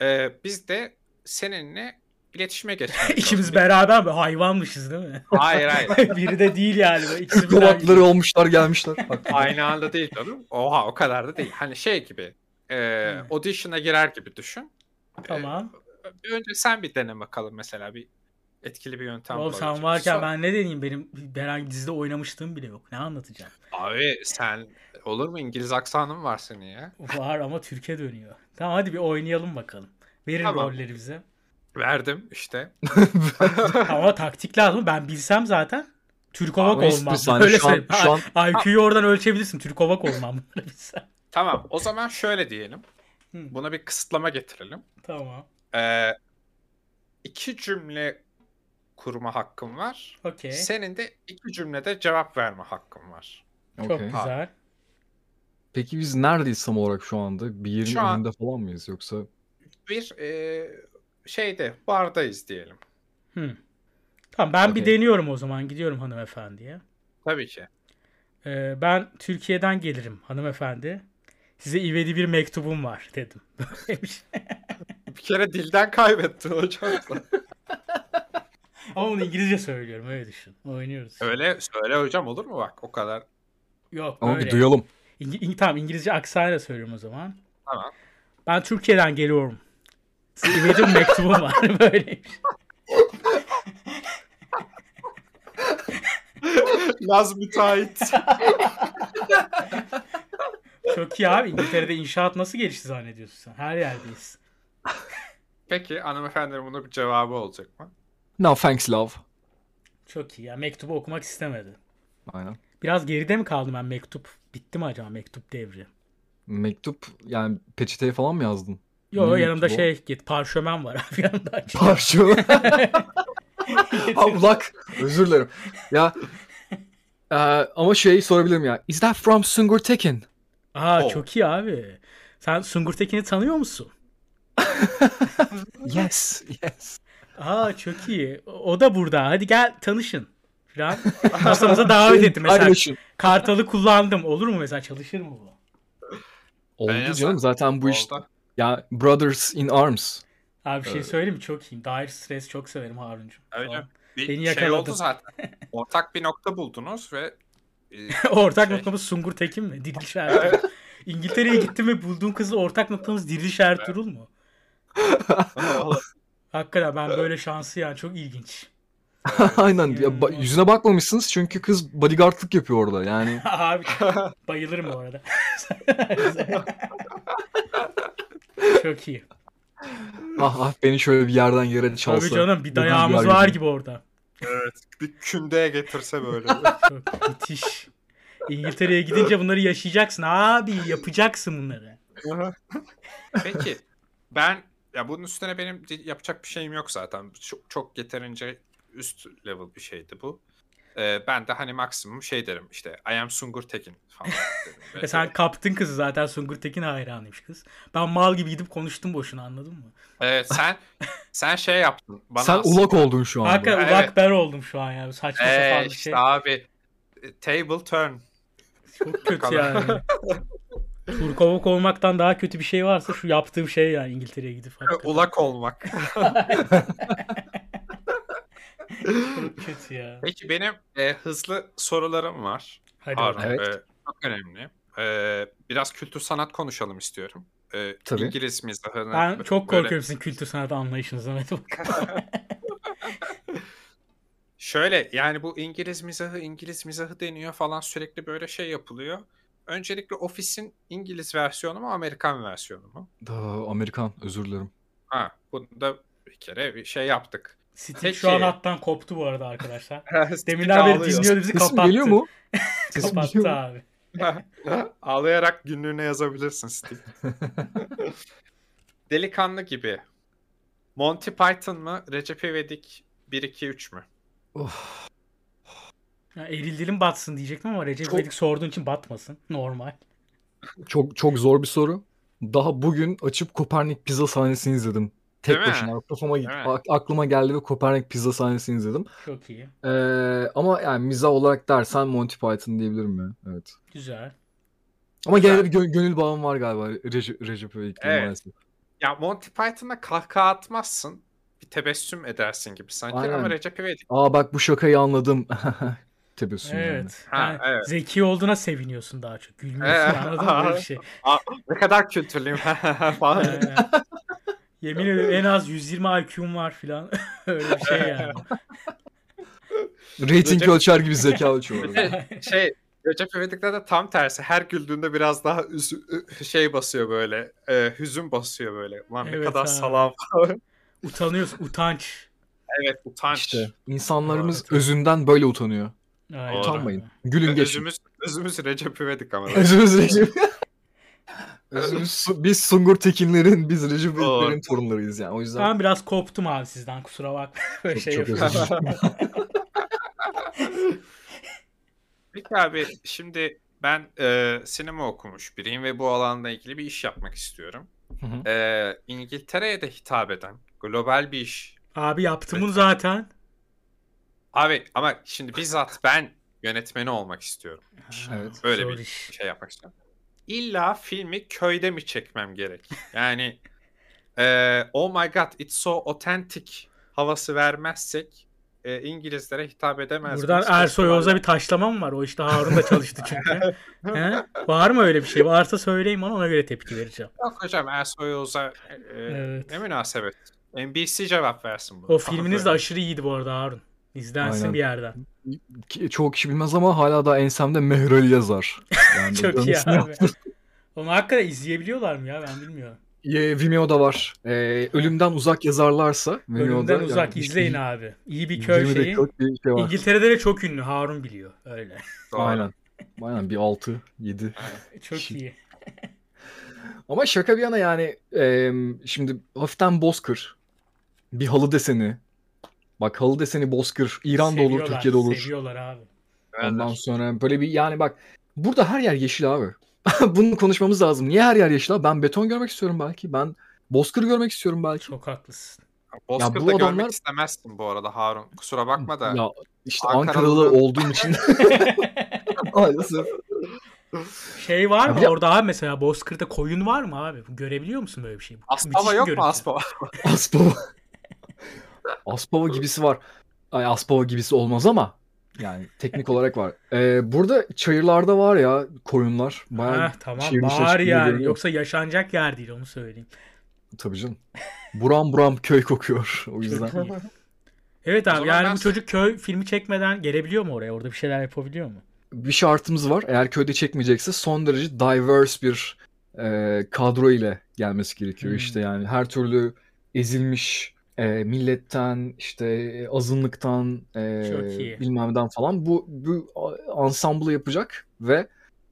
[SPEAKER 2] Ee, biz de seninle iletişime
[SPEAKER 1] [LAUGHS]
[SPEAKER 2] geçelim.
[SPEAKER 1] İkimiz beraber mi? Hayvanmışız değil mi?
[SPEAKER 2] Hayır
[SPEAKER 1] [LAUGHS]
[SPEAKER 2] hayır.
[SPEAKER 1] Biri de değil yani. Böyle ikisi birden-
[SPEAKER 3] Kulakları olmuşlar gelmişler.
[SPEAKER 2] [LAUGHS] Aynı anda değil canım. Oha o kadar da değil. Hani şey gibi. E,
[SPEAKER 1] Hmm.
[SPEAKER 2] audition'a girer gibi düşün.
[SPEAKER 1] Tamam.
[SPEAKER 2] Ee, önce sen bir dene bakalım mesela bir etkili bir yöntem
[SPEAKER 1] Oğlum sen
[SPEAKER 2] bulabilecek.
[SPEAKER 1] varken
[SPEAKER 2] Son-
[SPEAKER 1] ben ne deneyeyim benim herhangi bir dizide oynamışlığım bile yok. Ne anlatacağım?
[SPEAKER 2] [LAUGHS] Abi sen olur mu İngiliz aksanın var senin ya?
[SPEAKER 1] Var ama Türkiye dönüyor. Tamam hadi bir oynayalım bakalım. Verin
[SPEAKER 2] Tamam.
[SPEAKER 1] rolleri bize.
[SPEAKER 2] Verdim işte.
[SPEAKER 1] Tamam, ama taktik lazım. Ben bilsem zaten Türk Ovak
[SPEAKER 3] Ama
[SPEAKER 1] olmam.
[SPEAKER 3] istiyorsan
[SPEAKER 1] Öyle
[SPEAKER 3] şu an-
[SPEAKER 1] söyleyeyim.
[SPEAKER 2] [LAUGHS]
[SPEAKER 3] şu an-
[SPEAKER 1] Ha, IQ'yu oradan ölçebilirsin. Türk Ovak olmam. Bunları bilsem.
[SPEAKER 2] Tamam o zaman şöyle diyelim.
[SPEAKER 1] Hı.
[SPEAKER 2] Buna bir kısıtlama getirelim.
[SPEAKER 1] Tamam.
[SPEAKER 2] Ee, iki cümle kurma hakkım var.
[SPEAKER 1] Okey.
[SPEAKER 2] Senin de iki cümlede cevap verme hakkın var.
[SPEAKER 1] Çok
[SPEAKER 3] Okey.
[SPEAKER 1] güzel.
[SPEAKER 3] Peki biz neredeyiz tam olarak şu anda? Bir yerin
[SPEAKER 2] Şu an-
[SPEAKER 3] önünde falan mıyız yoksa?
[SPEAKER 2] Bir e, şeyde bardayız diyelim.
[SPEAKER 1] Hı. Tamam ben bir
[SPEAKER 3] Okey.
[SPEAKER 1] deniyorum o zaman. Gidiyorum hanımefendiye.
[SPEAKER 2] Tabii ki.
[SPEAKER 1] Ee, ben Türkiye'den gelirim hanımefendi. Size ivedi bir mektubum var dedim. [LAUGHS] Böyleymiş.
[SPEAKER 2] Bir kere dilden kaybettin hocam.
[SPEAKER 1] Ama bunu İngilizce söylüyorum öyle düşün. Oynuyoruz.
[SPEAKER 2] [LAUGHS] Öyle söyle hocam olur mu bak o kadar.
[SPEAKER 1] Yok
[SPEAKER 3] Ama
[SPEAKER 1] böyle.
[SPEAKER 3] bir duyalım.
[SPEAKER 1] İngi- İng- tamam İngilizce aksanıyla söylüyorum o zaman.
[SPEAKER 2] Tamam.
[SPEAKER 1] Ben Türkiye'den geliyorum. Size ivedi bir mektubum var [LAUGHS] böyleymiş.
[SPEAKER 2] Laz müteahhit.
[SPEAKER 1] Çok iyi abi İngiltere'de inşaat nasıl gelişti zannediyorsun sen? Her yerdeyiz.
[SPEAKER 2] Peki hanımefendinin bunun bir cevabı olacak mı?
[SPEAKER 3] No thanks love.
[SPEAKER 1] Çok iyi ya mektubu okumak istemedi.
[SPEAKER 3] Aynen.
[SPEAKER 1] Biraz geride mi kaldım ben mektup? Bitti mi acaba mektup devri?
[SPEAKER 3] Mektup yani peçeteye falan mı [LAUGHS] yazdın?
[SPEAKER 1] Yo
[SPEAKER 3] Ne
[SPEAKER 1] yanımda
[SPEAKER 3] mektubu?
[SPEAKER 1] şey git parşömen var abi [LAUGHS] yanımda.
[SPEAKER 3] Parça.
[SPEAKER 2] [LAUGHS]
[SPEAKER 3] ha ulak. Özür dilerim. Ya e, ama şeyi sorabilirim ya. Is that from Sungur Tekin?
[SPEAKER 1] Aa
[SPEAKER 2] Oh.
[SPEAKER 1] çok iyi abi. Sen Sungur Tekin'i tanıyor musun?
[SPEAKER 3] Yes. Yes.
[SPEAKER 1] Aa çok iyi. O- O da burada. Hadi gel tanışın. Falan. Masamıza davet etti mesela.
[SPEAKER 3] Arkadaşım.
[SPEAKER 1] Kartalı kullandım. Olur mu mesela? Çalışır mı bu?
[SPEAKER 3] Oldu
[SPEAKER 2] Beğenirsen-
[SPEAKER 3] canım zaten bu iş.
[SPEAKER 2] Oldu.
[SPEAKER 3] Ya brothers in arms.
[SPEAKER 1] Abi bir şey
[SPEAKER 3] Evet.
[SPEAKER 1] söyleyeyim mi? Çok iyiyim. Dair stres çok severim Harun'cum.
[SPEAKER 2] Öyle
[SPEAKER 1] Falan.
[SPEAKER 2] Bir
[SPEAKER 1] Beni
[SPEAKER 2] şey
[SPEAKER 1] yakaladın.
[SPEAKER 2] oldu zaten. Ortak bir nokta buldunuz ve [LAUGHS] e,
[SPEAKER 1] [LAUGHS] ortak
[SPEAKER 2] Şey.
[SPEAKER 1] noktamız Sungur Tekin mi? Diriliş Ertuğrul. İngiltere'ye gittim ve bulduğum kızla ortak noktamız Diriliş Ertuğrul mu? Hakikaten ben böyle şansı yani çok ilginç. [LAUGHS]
[SPEAKER 3] [LAUGHS] Aynen. Ya, ba-
[SPEAKER 1] Yani-
[SPEAKER 3] yüzüne bakmamışsınız çünkü kız bodyguardlık yapıyor orada.
[SPEAKER 2] [LAUGHS]
[SPEAKER 3] Yani
[SPEAKER 1] Abi bayılırım bu arada. [LAUGHS] çok iyi.
[SPEAKER 3] ah ah beni şöyle bir yerden yere çalsa.
[SPEAKER 1] Tabii canım bir
[SPEAKER 3] dediğim
[SPEAKER 1] dayağımız
[SPEAKER 3] yer
[SPEAKER 1] var
[SPEAKER 3] gibi.
[SPEAKER 1] gibi orada.
[SPEAKER 2] evet, bir kündeye getirse böyle. [LAUGHS]
[SPEAKER 1] Çok müthiş. İngiltere'ye gidince bunları yaşayacaksın abi yapacaksın bunları.
[SPEAKER 2] Peki ben ya bunun üstüne benim di- yapacak bir şeyim yok zaten. Çok, çok yeterince üst level bir şeydi bu. Ee, ben de hani maksimum şey derim işte I am Sungur Tekin falan
[SPEAKER 1] [LAUGHS]
[SPEAKER 2] derim.
[SPEAKER 1] E sen kaptın kızı zaten Sungur Tekin hayranıymış kız. Ben mal gibi gidip konuştum boşuna anladın mı?
[SPEAKER 2] Evet, sen sen şey yaptın. Bana
[SPEAKER 3] Sen
[SPEAKER 2] aslında-
[SPEAKER 3] ulak oldun şu anda.
[SPEAKER 1] Hakikaten
[SPEAKER 2] Evet.
[SPEAKER 1] ulak ben oldum şu an yani saçma
[SPEAKER 2] Ee,
[SPEAKER 1] sapan bir
[SPEAKER 2] işte
[SPEAKER 1] şey.
[SPEAKER 2] abi e, table turn.
[SPEAKER 1] Çok kötü
[SPEAKER 2] kadar.
[SPEAKER 1] yani.
[SPEAKER 2] [LAUGHS]
[SPEAKER 1] Turkovok olmaktan daha kötü bir şey varsa şu yaptığım şey yani İngiltere'ye gidip hakikaten.
[SPEAKER 2] Ulak olmak.
[SPEAKER 1] Çok kötü ya.
[SPEAKER 2] Peki benim e, hızlı sorularım var.
[SPEAKER 1] Hadi
[SPEAKER 2] Harun,
[SPEAKER 1] bakalım.
[SPEAKER 3] Evet.
[SPEAKER 2] e, çok önemli. E, biraz kültür sanat konuşalım istiyorum. E,
[SPEAKER 3] Tabii.
[SPEAKER 2] İngiliz mizahını.
[SPEAKER 1] Ben çok
[SPEAKER 2] böyle-
[SPEAKER 1] korkuyorum sizin kültür sanat anlayışınızdan. Hadi bakalım.
[SPEAKER 2] [LAUGHS] Şöyle yani bu İngiliz mizahı İngiliz mizahı deniyor falan sürekli böyle şey yapılıyor. Öncelikle Office'in İngiliz versiyonu mu Amerikan versiyonu mu?
[SPEAKER 3] Aa, Amerikan özür dilerim.
[SPEAKER 2] Ha bunu da bir kere bir şey yaptık.
[SPEAKER 1] Steve
[SPEAKER 2] Peki.
[SPEAKER 1] şu an hattan koptu bu arada arkadaşlar. Demin
[SPEAKER 2] Demin
[SPEAKER 1] abi dinliyordu bizi
[SPEAKER 3] Sesim
[SPEAKER 1] kapattı. [LAUGHS]
[SPEAKER 3] geliyor mu? Sesim
[SPEAKER 1] Kapattı
[SPEAKER 3] geliyor mu?
[SPEAKER 1] abi.
[SPEAKER 2] Ağlayarak günlüğüne yazabilirsin Steve. Delikanlı gibi. Monty Python mı? Recep İvedik 1 2 3 mü?
[SPEAKER 1] Ya eril dilim batsın diyecektim ama Recep
[SPEAKER 3] Çok-
[SPEAKER 1] İvedik sorduğun için batmasın. Normal.
[SPEAKER 3] Çok çok zor bir soru. Daha bugün açıp Kopernik pizza sahnesini izledim. Tek
[SPEAKER 2] Değil mi?
[SPEAKER 3] başına kafama git-
[SPEAKER 2] Değil mi?
[SPEAKER 3] a- aklıma geldi ve Kopernik pizza sahnesini izledim.
[SPEAKER 1] Çok iyi.
[SPEAKER 3] Ee, ama yani mizah olarak dersen Monty Python diyebilirim ya. Evet.
[SPEAKER 1] Güzel.
[SPEAKER 3] Ama
[SPEAKER 2] Güzel.
[SPEAKER 3] genelde bir gö- gönül bağım var galiba Recep Recep İvedik'le
[SPEAKER 2] Evet.
[SPEAKER 3] maalesef.
[SPEAKER 2] Ya Monty Python'a kahkaha atmazsın. Bir tebessüm edersin gibi sanki
[SPEAKER 3] Aynen.
[SPEAKER 2] ama Recep İvedik.
[SPEAKER 3] Aa bak bu şakayı anladım. [LAUGHS] Tebessüm yani.
[SPEAKER 1] Evet.
[SPEAKER 2] Ha,
[SPEAKER 1] Yani
[SPEAKER 2] evet.
[SPEAKER 1] Zeki olduğuna seviniyorsun daha çok. Gülmüyorsun
[SPEAKER 2] Evet.
[SPEAKER 1] anladın mı? Böyle bir
[SPEAKER 2] [LAUGHS]
[SPEAKER 1] şey.
[SPEAKER 2] Ne kadar
[SPEAKER 1] Ee,
[SPEAKER 2] kültürlüyüm [LAUGHS] falan.
[SPEAKER 1] Aynen. Yemin ederim en az 120 IQ'm var filan. [LAUGHS] Öyle bir şey yani.
[SPEAKER 3] Rating
[SPEAKER 2] Recep-
[SPEAKER 3] ölçer gibi
[SPEAKER 1] [LAUGHS]
[SPEAKER 3] zeka ölçüyor. orada.
[SPEAKER 2] şey Recep İvedik'te de tam tersi. Her güldüğünde biraz daha üzü- ü- şey basıyor böyle. e, hüzün basıyor böyle. Ulan ne
[SPEAKER 1] Evet
[SPEAKER 2] kadar
[SPEAKER 1] abi.
[SPEAKER 2] salam.
[SPEAKER 1] Utanıyorsun. Utanç.
[SPEAKER 2] evet utanç.
[SPEAKER 3] İşte insanlarımız özünden böyle utanıyor.
[SPEAKER 1] Aynen.
[SPEAKER 3] Utanmayın. Gülün geçin.
[SPEAKER 2] Özümüz, özümüz Recep İvedik ama.
[SPEAKER 3] [LAUGHS]
[SPEAKER 1] [LAUGHS]
[SPEAKER 3] Özümüz Recep. Özümüz Su- biz Sungur Tekinlerin, biz Recep
[SPEAKER 2] Doğru.
[SPEAKER 3] İvediklerin torunlarıyız yani. O yüzden
[SPEAKER 1] Ben biraz koptum abi sizden kusura bak. [LAUGHS] Böyle
[SPEAKER 3] çok,
[SPEAKER 1] şey
[SPEAKER 3] çok
[SPEAKER 1] yapıyorum. [LAUGHS]
[SPEAKER 3] özür dilerim.
[SPEAKER 2] Peki abi şimdi ben e, sinema okumuş biriyim ve bu alanla ilgili bir iş yapmak istiyorum.
[SPEAKER 3] Hı hı.
[SPEAKER 2] E, İngiltere'ye de hitap eden global bir iş.
[SPEAKER 1] Abi yaptım bunu zaten.
[SPEAKER 2] Abi ama şimdi bizzat ben yönetmeni olmak istiyorum.
[SPEAKER 3] Evet.
[SPEAKER 2] Böyle
[SPEAKER 1] Zor
[SPEAKER 2] bir
[SPEAKER 1] iş.
[SPEAKER 2] şey yapmak istiyorum. İlla filmi köyde mi çekmem gerek? Yani [LAUGHS] e, oh my god it's so authentic havası vermezsek e, İngilizlere hitap edemez.
[SPEAKER 1] Buradan
[SPEAKER 2] miyiz?
[SPEAKER 1] Ersoy Oğuz'a bir taşlama mı var? O işte Harun da çalıştı çünkü. He? Var mı öyle bir şey? Varsa söyleyin bana ona göre tepki vereceğim.
[SPEAKER 2] Yok hocam Ersoy Oğuz'a e,
[SPEAKER 1] Evet.
[SPEAKER 2] ne münasebet. NBC cevap versin bunu.
[SPEAKER 1] O filminiz de aşırı iyiydi bu arada Harun. İzlensin
[SPEAKER 3] Aynen.
[SPEAKER 1] bir yerden.
[SPEAKER 3] Ki- Çoğu kişi bilmez ama hala da ensemde Mehrali yazar.
[SPEAKER 1] [LAUGHS]
[SPEAKER 3] Yani
[SPEAKER 1] Çok iyi
[SPEAKER 3] dönüşünü-
[SPEAKER 1] abi. Onu hakikaten izleyebiliyorlar mı ya ben bilmiyorum.
[SPEAKER 3] Ye, Vimeo'da var. Ee, ölümden uzak yazarlarsa. Vimeo'da
[SPEAKER 1] Ölümden
[SPEAKER 3] yani
[SPEAKER 1] uzak
[SPEAKER 3] işte
[SPEAKER 1] izleyin abi. İyi bir köy
[SPEAKER 3] 20
[SPEAKER 1] şeyi.
[SPEAKER 3] dakikalık bir şey var.
[SPEAKER 1] İngiltere'de de çok ünlü Harun biliyor. Öyle. [LAUGHS]
[SPEAKER 2] Aynen.
[SPEAKER 3] Aynen. Aynen bir 6 7.
[SPEAKER 1] Çok iyi.
[SPEAKER 3] Ama şaka bir yana yani e, şimdi hafiften bozkır. Bir halı deseni. Bak halı deseni bozkır. İran'da olur,
[SPEAKER 1] Seviyorlar,
[SPEAKER 3] Türkiye'de olur.
[SPEAKER 1] Seviyorlar abi.
[SPEAKER 3] Ondan sonra böyle bir yani bak burada her yer yeşil abi. [LAUGHS] Bunu konuşmamız lazım. Niye her yer yeşil abi? Ben beton görmek istiyorum belki. Ben bozkır görmek istiyorum belki.
[SPEAKER 1] Çok haklısın.
[SPEAKER 2] Bozkır'da
[SPEAKER 3] bu adamlar-
[SPEAKER 2] görmek istemezsin bu arada Harun. Kusura bakma da.
[SPEAKER 3] Ya işte
[SPEAKER 2] Ankaralı-
[SPEAKER 3] Ankaralı,
[SPEAKER 2] [LAUGHS]
[SPEAKER 3] olduğum için [LAUGHS] maalesef.
[SPEAKER 1] Şey var mı
[SPEAKER 3] Abi-
[SPEAKER 1] orada abi mesela Bozkır'da koyun var mı abi? Görebiliyor musun böyle bir şey? Müthiş
[SPEAKER 2] Aspava
[SPEAKER 1] bir
[SPEAKER 2] yok
[SPEAKER 1] görüntü.
[SPEAKER 2] mu Aspava?
[SPEAKER 3] Aspava. [LAUGHS] Aspava gibisi var. Ay Aspava gibisi olmaz ama yani teknik olarak var. Ee, burada çayırlarda var ya koyunlar. Bayağı
[SPEAKER 1] Heh, tamam
[SPEAKER 3] şiirin
[SPEAKER 1] bağır
[SPEAKER 3] şaşkınlığı
[SPEAKER 1] yani.
[SPEAKER 3] görüyorum.
[SPEAKER 1] Yoksa yaşanacak yer değil onu söyleyeyim.
[SPEAKER 3] Tabii canım. Buram buram köy kokuyor o
[SPEAKER 1] [LAUGHS]
[SPEAKER 3] yüzden.
[SPEAKER 1] Çok iyi. Evet abi
[SPEAKER 2] zaman
[SPEAKER 1] yani
[SPEAKER 2] ben-
[SPEAKER 1] bu çocuk köy filmi çekmeden gelebiliyor mu oraya? Orada bir şeyler yapabiliyor mu?
[SPEAKER 3] Bir şartımız var. Eğer köyde çekmeyecekse son derece diverse bir e, kadro ile gelmesi gerekiyor.
[SPEAKER 1] Hmm.
[SPEAKER 3] İşte yani her türlü ezilmiş e, milletten, işte azınlıktan, e,
[SPEAKER 1] Çok iyi.
[SPEAKER 3] bilmemden falan bu, bu ansamblı yapacak ve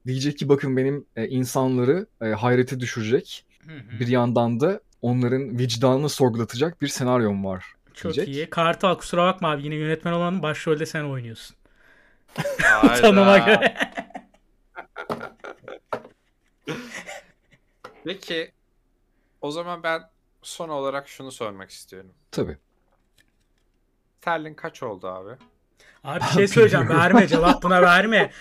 [SPEAKER 3] diyecek ki bakın benim e, insanları e, hayrete düşürecek.
[SPEAKER 1] Hmm.
[SPEAKER 3] Bir yandan da onların vicdanını sorgulatacak bir senaryom var.
[SPEAKER 1] Çok
[SPEAKER 3] diyecek.
[SPEAKER 1] iyi. Kartal kusura bakma abi yine yönetmen olan başrolde sen oynuyorsun.
[SPEAKER 2] Hayda.
[SPEAKER 1] Tanıma göre.
[SPEAKER 2] [LAUGHS] Peki o zaman ben son olarak şunu sormak istiyorum.
[SPEAKER 3] Tabii.
[SPEAKER 2] Sterling kaç oldu abi?
[SPEAKER 1] Abi bir şey söyleyeceğim.
[SPEAKER 3] [LAUGHS]
[SPEAKER 1] verme cevap buna verme.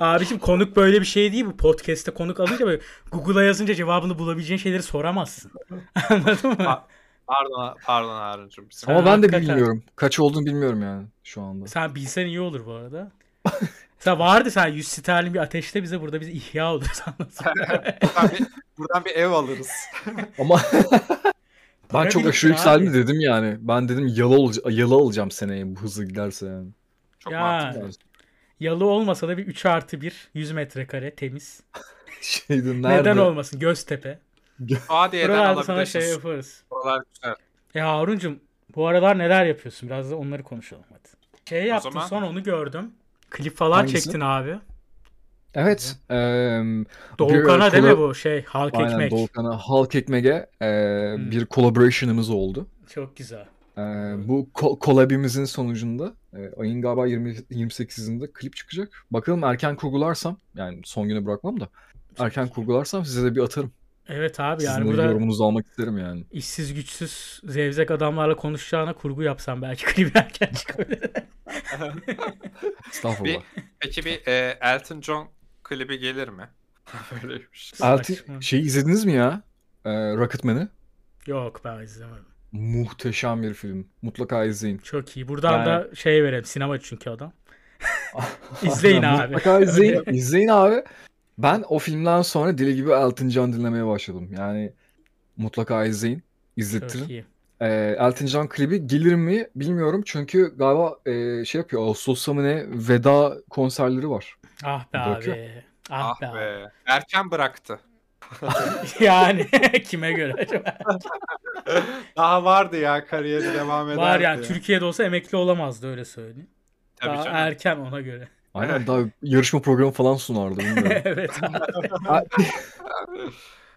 [SPEAKER 1] Abiciğim konuk böyle bir şey değil bu. Podcast'te konuk alınca böyle Google'a yazınca cevabını bulabileceğin şeyleri soramazsın. [LAUGHS] Anladın mı?
[SPEAKER 2] Ha. Pardon, pardon Harun'cum. Bizim
[SPEAKER 3] Ama ben de
[SPEAKER 1] hakikaten.
[SPEAKER 3] bilmiyorum. Kaç olduğunu bilmiyorum yani şu anda.
[SPEAKER 1] Sen bilsen iyi olur bu arada. Sen vardı sen 100 sterlin bir ateşte bize burada biz ihya oluruz [LAUGHS] anladın mı?
[SPEAKER 2] buradan, bir, buradan bir
[SPEAKER 1] [LAUGHS]
[SPEAKER 2] ev alırız.
[SPEAKER 3] Ama ben
[SPEAKER 1] Para
[SPEAKER 3] çok
[SPEAKER 1] biriktir
[SPEAKER 3] aşırı yükseldim
[SPEAKER 1] abi.
[SPEAKER 3] dedim yani. Ben dedim yalı, olca- yalı alacağım seneye bu hızlı giderse yani.
[SPEAKER 2] Çok
[SPEAKER 1] Ya.
[SPEAKER 2] mantıklı.
[SPEAKER 1] Yalı olmasa da bir 3 artı 1 100 metrekare temiz.
[SPEAKER 3] Şeydi nerede?
[SPEAKER 1] Neden olmasın? Göztepe.
[SPEAKER 2] Adiye'den
[SPEAKER 1] Buralarda sana şey
[SPEAKER 2] alabilirsiniz.
[SPEAKER 1] yaparız.
[SPEAKER 2] Buralar
[SPEAKER 1] [LAUGHS]
[SPEAKER 2] güzel.
[SPEAKER 1] Ya Harun'cum bu aralar neler yapıyorsun? Biraz da onları konuşalım hadi. Şey yaptın
[SPEAKER 2] zaman-
[SPEAKER 1] son onu gördüm. Klip falan
[SPEAKER 3] Hangisi?
[SPEAKER 1] çektin abi.
[SPEAKER 3] Evet. eee
[SPEAKER 1] Doğukan'a
[SPEAKER 3] Bir
[SPEAKER 1] değil mi
[SPEAKER 3] kola-
[SPEAKER 1] bu şey? Halk
[SPEAKER 3] aynen
[SPEAKER 1] ekmek.
[SPEAKER 3] Doğukan'a Halk Ekmek'e eee,
[SPEAKER 1] Hmm.
[SPEAKER 3] bir collaboration'ımız oldu.
[SPEAKER 1] Çok güzel.
[SPEAKER 3] Eee, bu ko- collab'imizin sonucunda eee, ayın galiba 20, 28'inde klip çıkacak. Bakalım erken kurgularsam yani son güne bırakmam da erken kurgularsam size de bir atarım.
[SPEAKER 1] Evet abi
[SPEAKER 3] Sizin
[SPEAKER 1] yani
[SPEAKER 3] de
[SPEAKER 1] burada
[SPEAKER 3] yorumunuzu almak isterim yani.
[SPEAKER 1] işsiz güçsüz zevzek adamlarla konuşacağına kurgu yapsam belki [LAUGHS] klip erken çıkabilir.
[SPEAKER 3] Estağfurullah.
[SPEAKER 2] Peki bir e, Elton John klibi gelir mi? [LAUGHS] Böyleymiş.
[SPEAKER 1] Saçma.
[SPEAKER 3] Altı şey izlediniz mi ya? Eee Rocketman'ı?
[SPEAKER 1] Yok ben izlemedim.
[SPEAKER 3] Muhteşem bir film. Mutlaka izleyin.
[SPEAKER 1] Çok iyi. Buradan
[SPEAKER 3] Yani-
[SPEAKER 1] da şey verelim. Sinema çünkü
[SPEAKER 3] [LAUGHS]
[SPEAKER 1] adam. [LAUGHS] İzleyin
[SPEAKER 3] Aynen,
[SPEAKER 1] abi.
[SPEAKER 3] Mutlaka izleyin. izleyin abi. Ben o filmden sonra deli gibi Elton John dinlemeye başladım. Yani mutlaka izleyin.
[SPEAKER 1] Çok
[SPEAKER 3] İzlettirin.
[SPEAKER 1] iyi.
[SPEAKER 3] Ee, Elton John klibi gelir mi bilmiyorum çünkü galiba e, şey yapıyor Ağustos'ta mı ne veda konserleri var.
[SPEAKER 1] Ah be
[SPEAKER 3] Bırakıyor.
[SPEAKER 1] abi. Ah,
[SPEAKER 2] Ah
[SPEAKER 1] be. abi.
[SPEAKER 2] be. Erken bıraktı.
[SPEAKER 1] [LAUGHS] yani [LAUGHS] kime göre acaba?
[SPEAKER 2] Daha vardı ya kariyeri devam ederdi.
[SPEAKER 1] Var yani
[SPEAKER 2] ya.
[SPEAKER 1] Türkiye'de olsa emekli olamazdı öyle söyleyeyim.
[SPEAKER 2] Tabii
[SPEAKER 1] Daha
[SPEAKER 2] canım.
[SPEAKER 1] erken ona göre.
[SPEAKER 3] Aynen daha yarışma programı falan
[SPEAKER 1] [LAUGHS]
[SPEAKER 3] sunardı bilmiyorum.
[SPEAKER 1] evet abi. [LAUGHS]
[SPEAKER 3] Ha-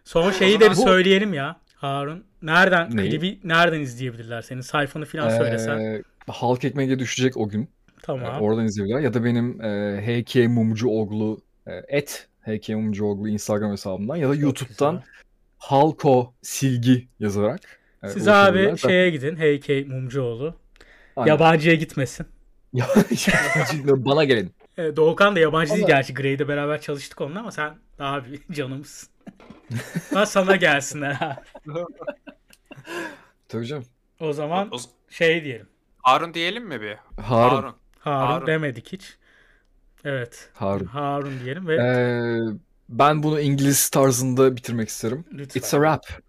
[SPEAKER 1] Son şeyi
[SPEAKER 2] O zaman
[SPEAKER 1] de bir
[SPEAKER 3] bu-
[SPEAKER 1] söyleyelim ya Harun. Nereden
[SPEAKER 3] Neyi?
[SPEAKER 1] klibi nereden izleyebilirler? Senin sayfanı falan söylesen.
[SPEAKER 3] Ee, halk ekmeğe düşecek o gün. Ee,
[SPEAKER 1] Tamam.
[SPEAKER 3] Oradan izleyebilirler. Ya da benim e, HK Mumcuoğlu e, et HK Mumcuoğlu Instagram hesabımdan ya da
[SPEAKER 1] Çok
[SPEAKER 3] YouTube'dan
[SPEAKER 1] güzel.
[SPEAKER 3] Halko Silgi yazarak. e,
[SPEAKER 1] Siz abi şey,
[SPEAKER 3] ulaşabilirler.
[SPEAKER 1] şeye gidin. HK Mumcuoğlu.
[SPEAKER 3] Aynen. [LAUGHS]
[SPEAKER 1] Yabancıya gitmesin.
[SPEAKER 3] Yabancı- bana gelin.
[SPEAKER 1] Ee, Doğukan da yabancı değil
[SPEAKER 3] Ama-
[SPEAKER 1] gerçi. Grey'de beraber çalıştık onunla ama sen daha bir [LAUGHS]
[SPEAKER 3] [LAUGHS]
[SPEAKER 1] canımsın. Lan sana gelsinler abi.
[SPEAKER 3] Tabii canım.
[SPEAKER 1] O zaman
[SPEAKER 2] O- o-
[SPEAKER 1] şey diyelim.
[SPEAKER 2] Harun diyelim mi bir?
[SPEAKER 3] Harun.
[SPEAKER 1] Harun,
[SPEAKER 2] Harun.
[SPEAKER 1] demedik hiç. Evet.
[SPEAKER 3] Harun. E,
[SPEAKER 1] Harun diyelim ve
[SPEAKER 3] Ee, ben bunu İngiliz tarzında bitirmek isterim.
[SPEAKER 1] lütfen.
[SPEAKER 3] It's a wrap.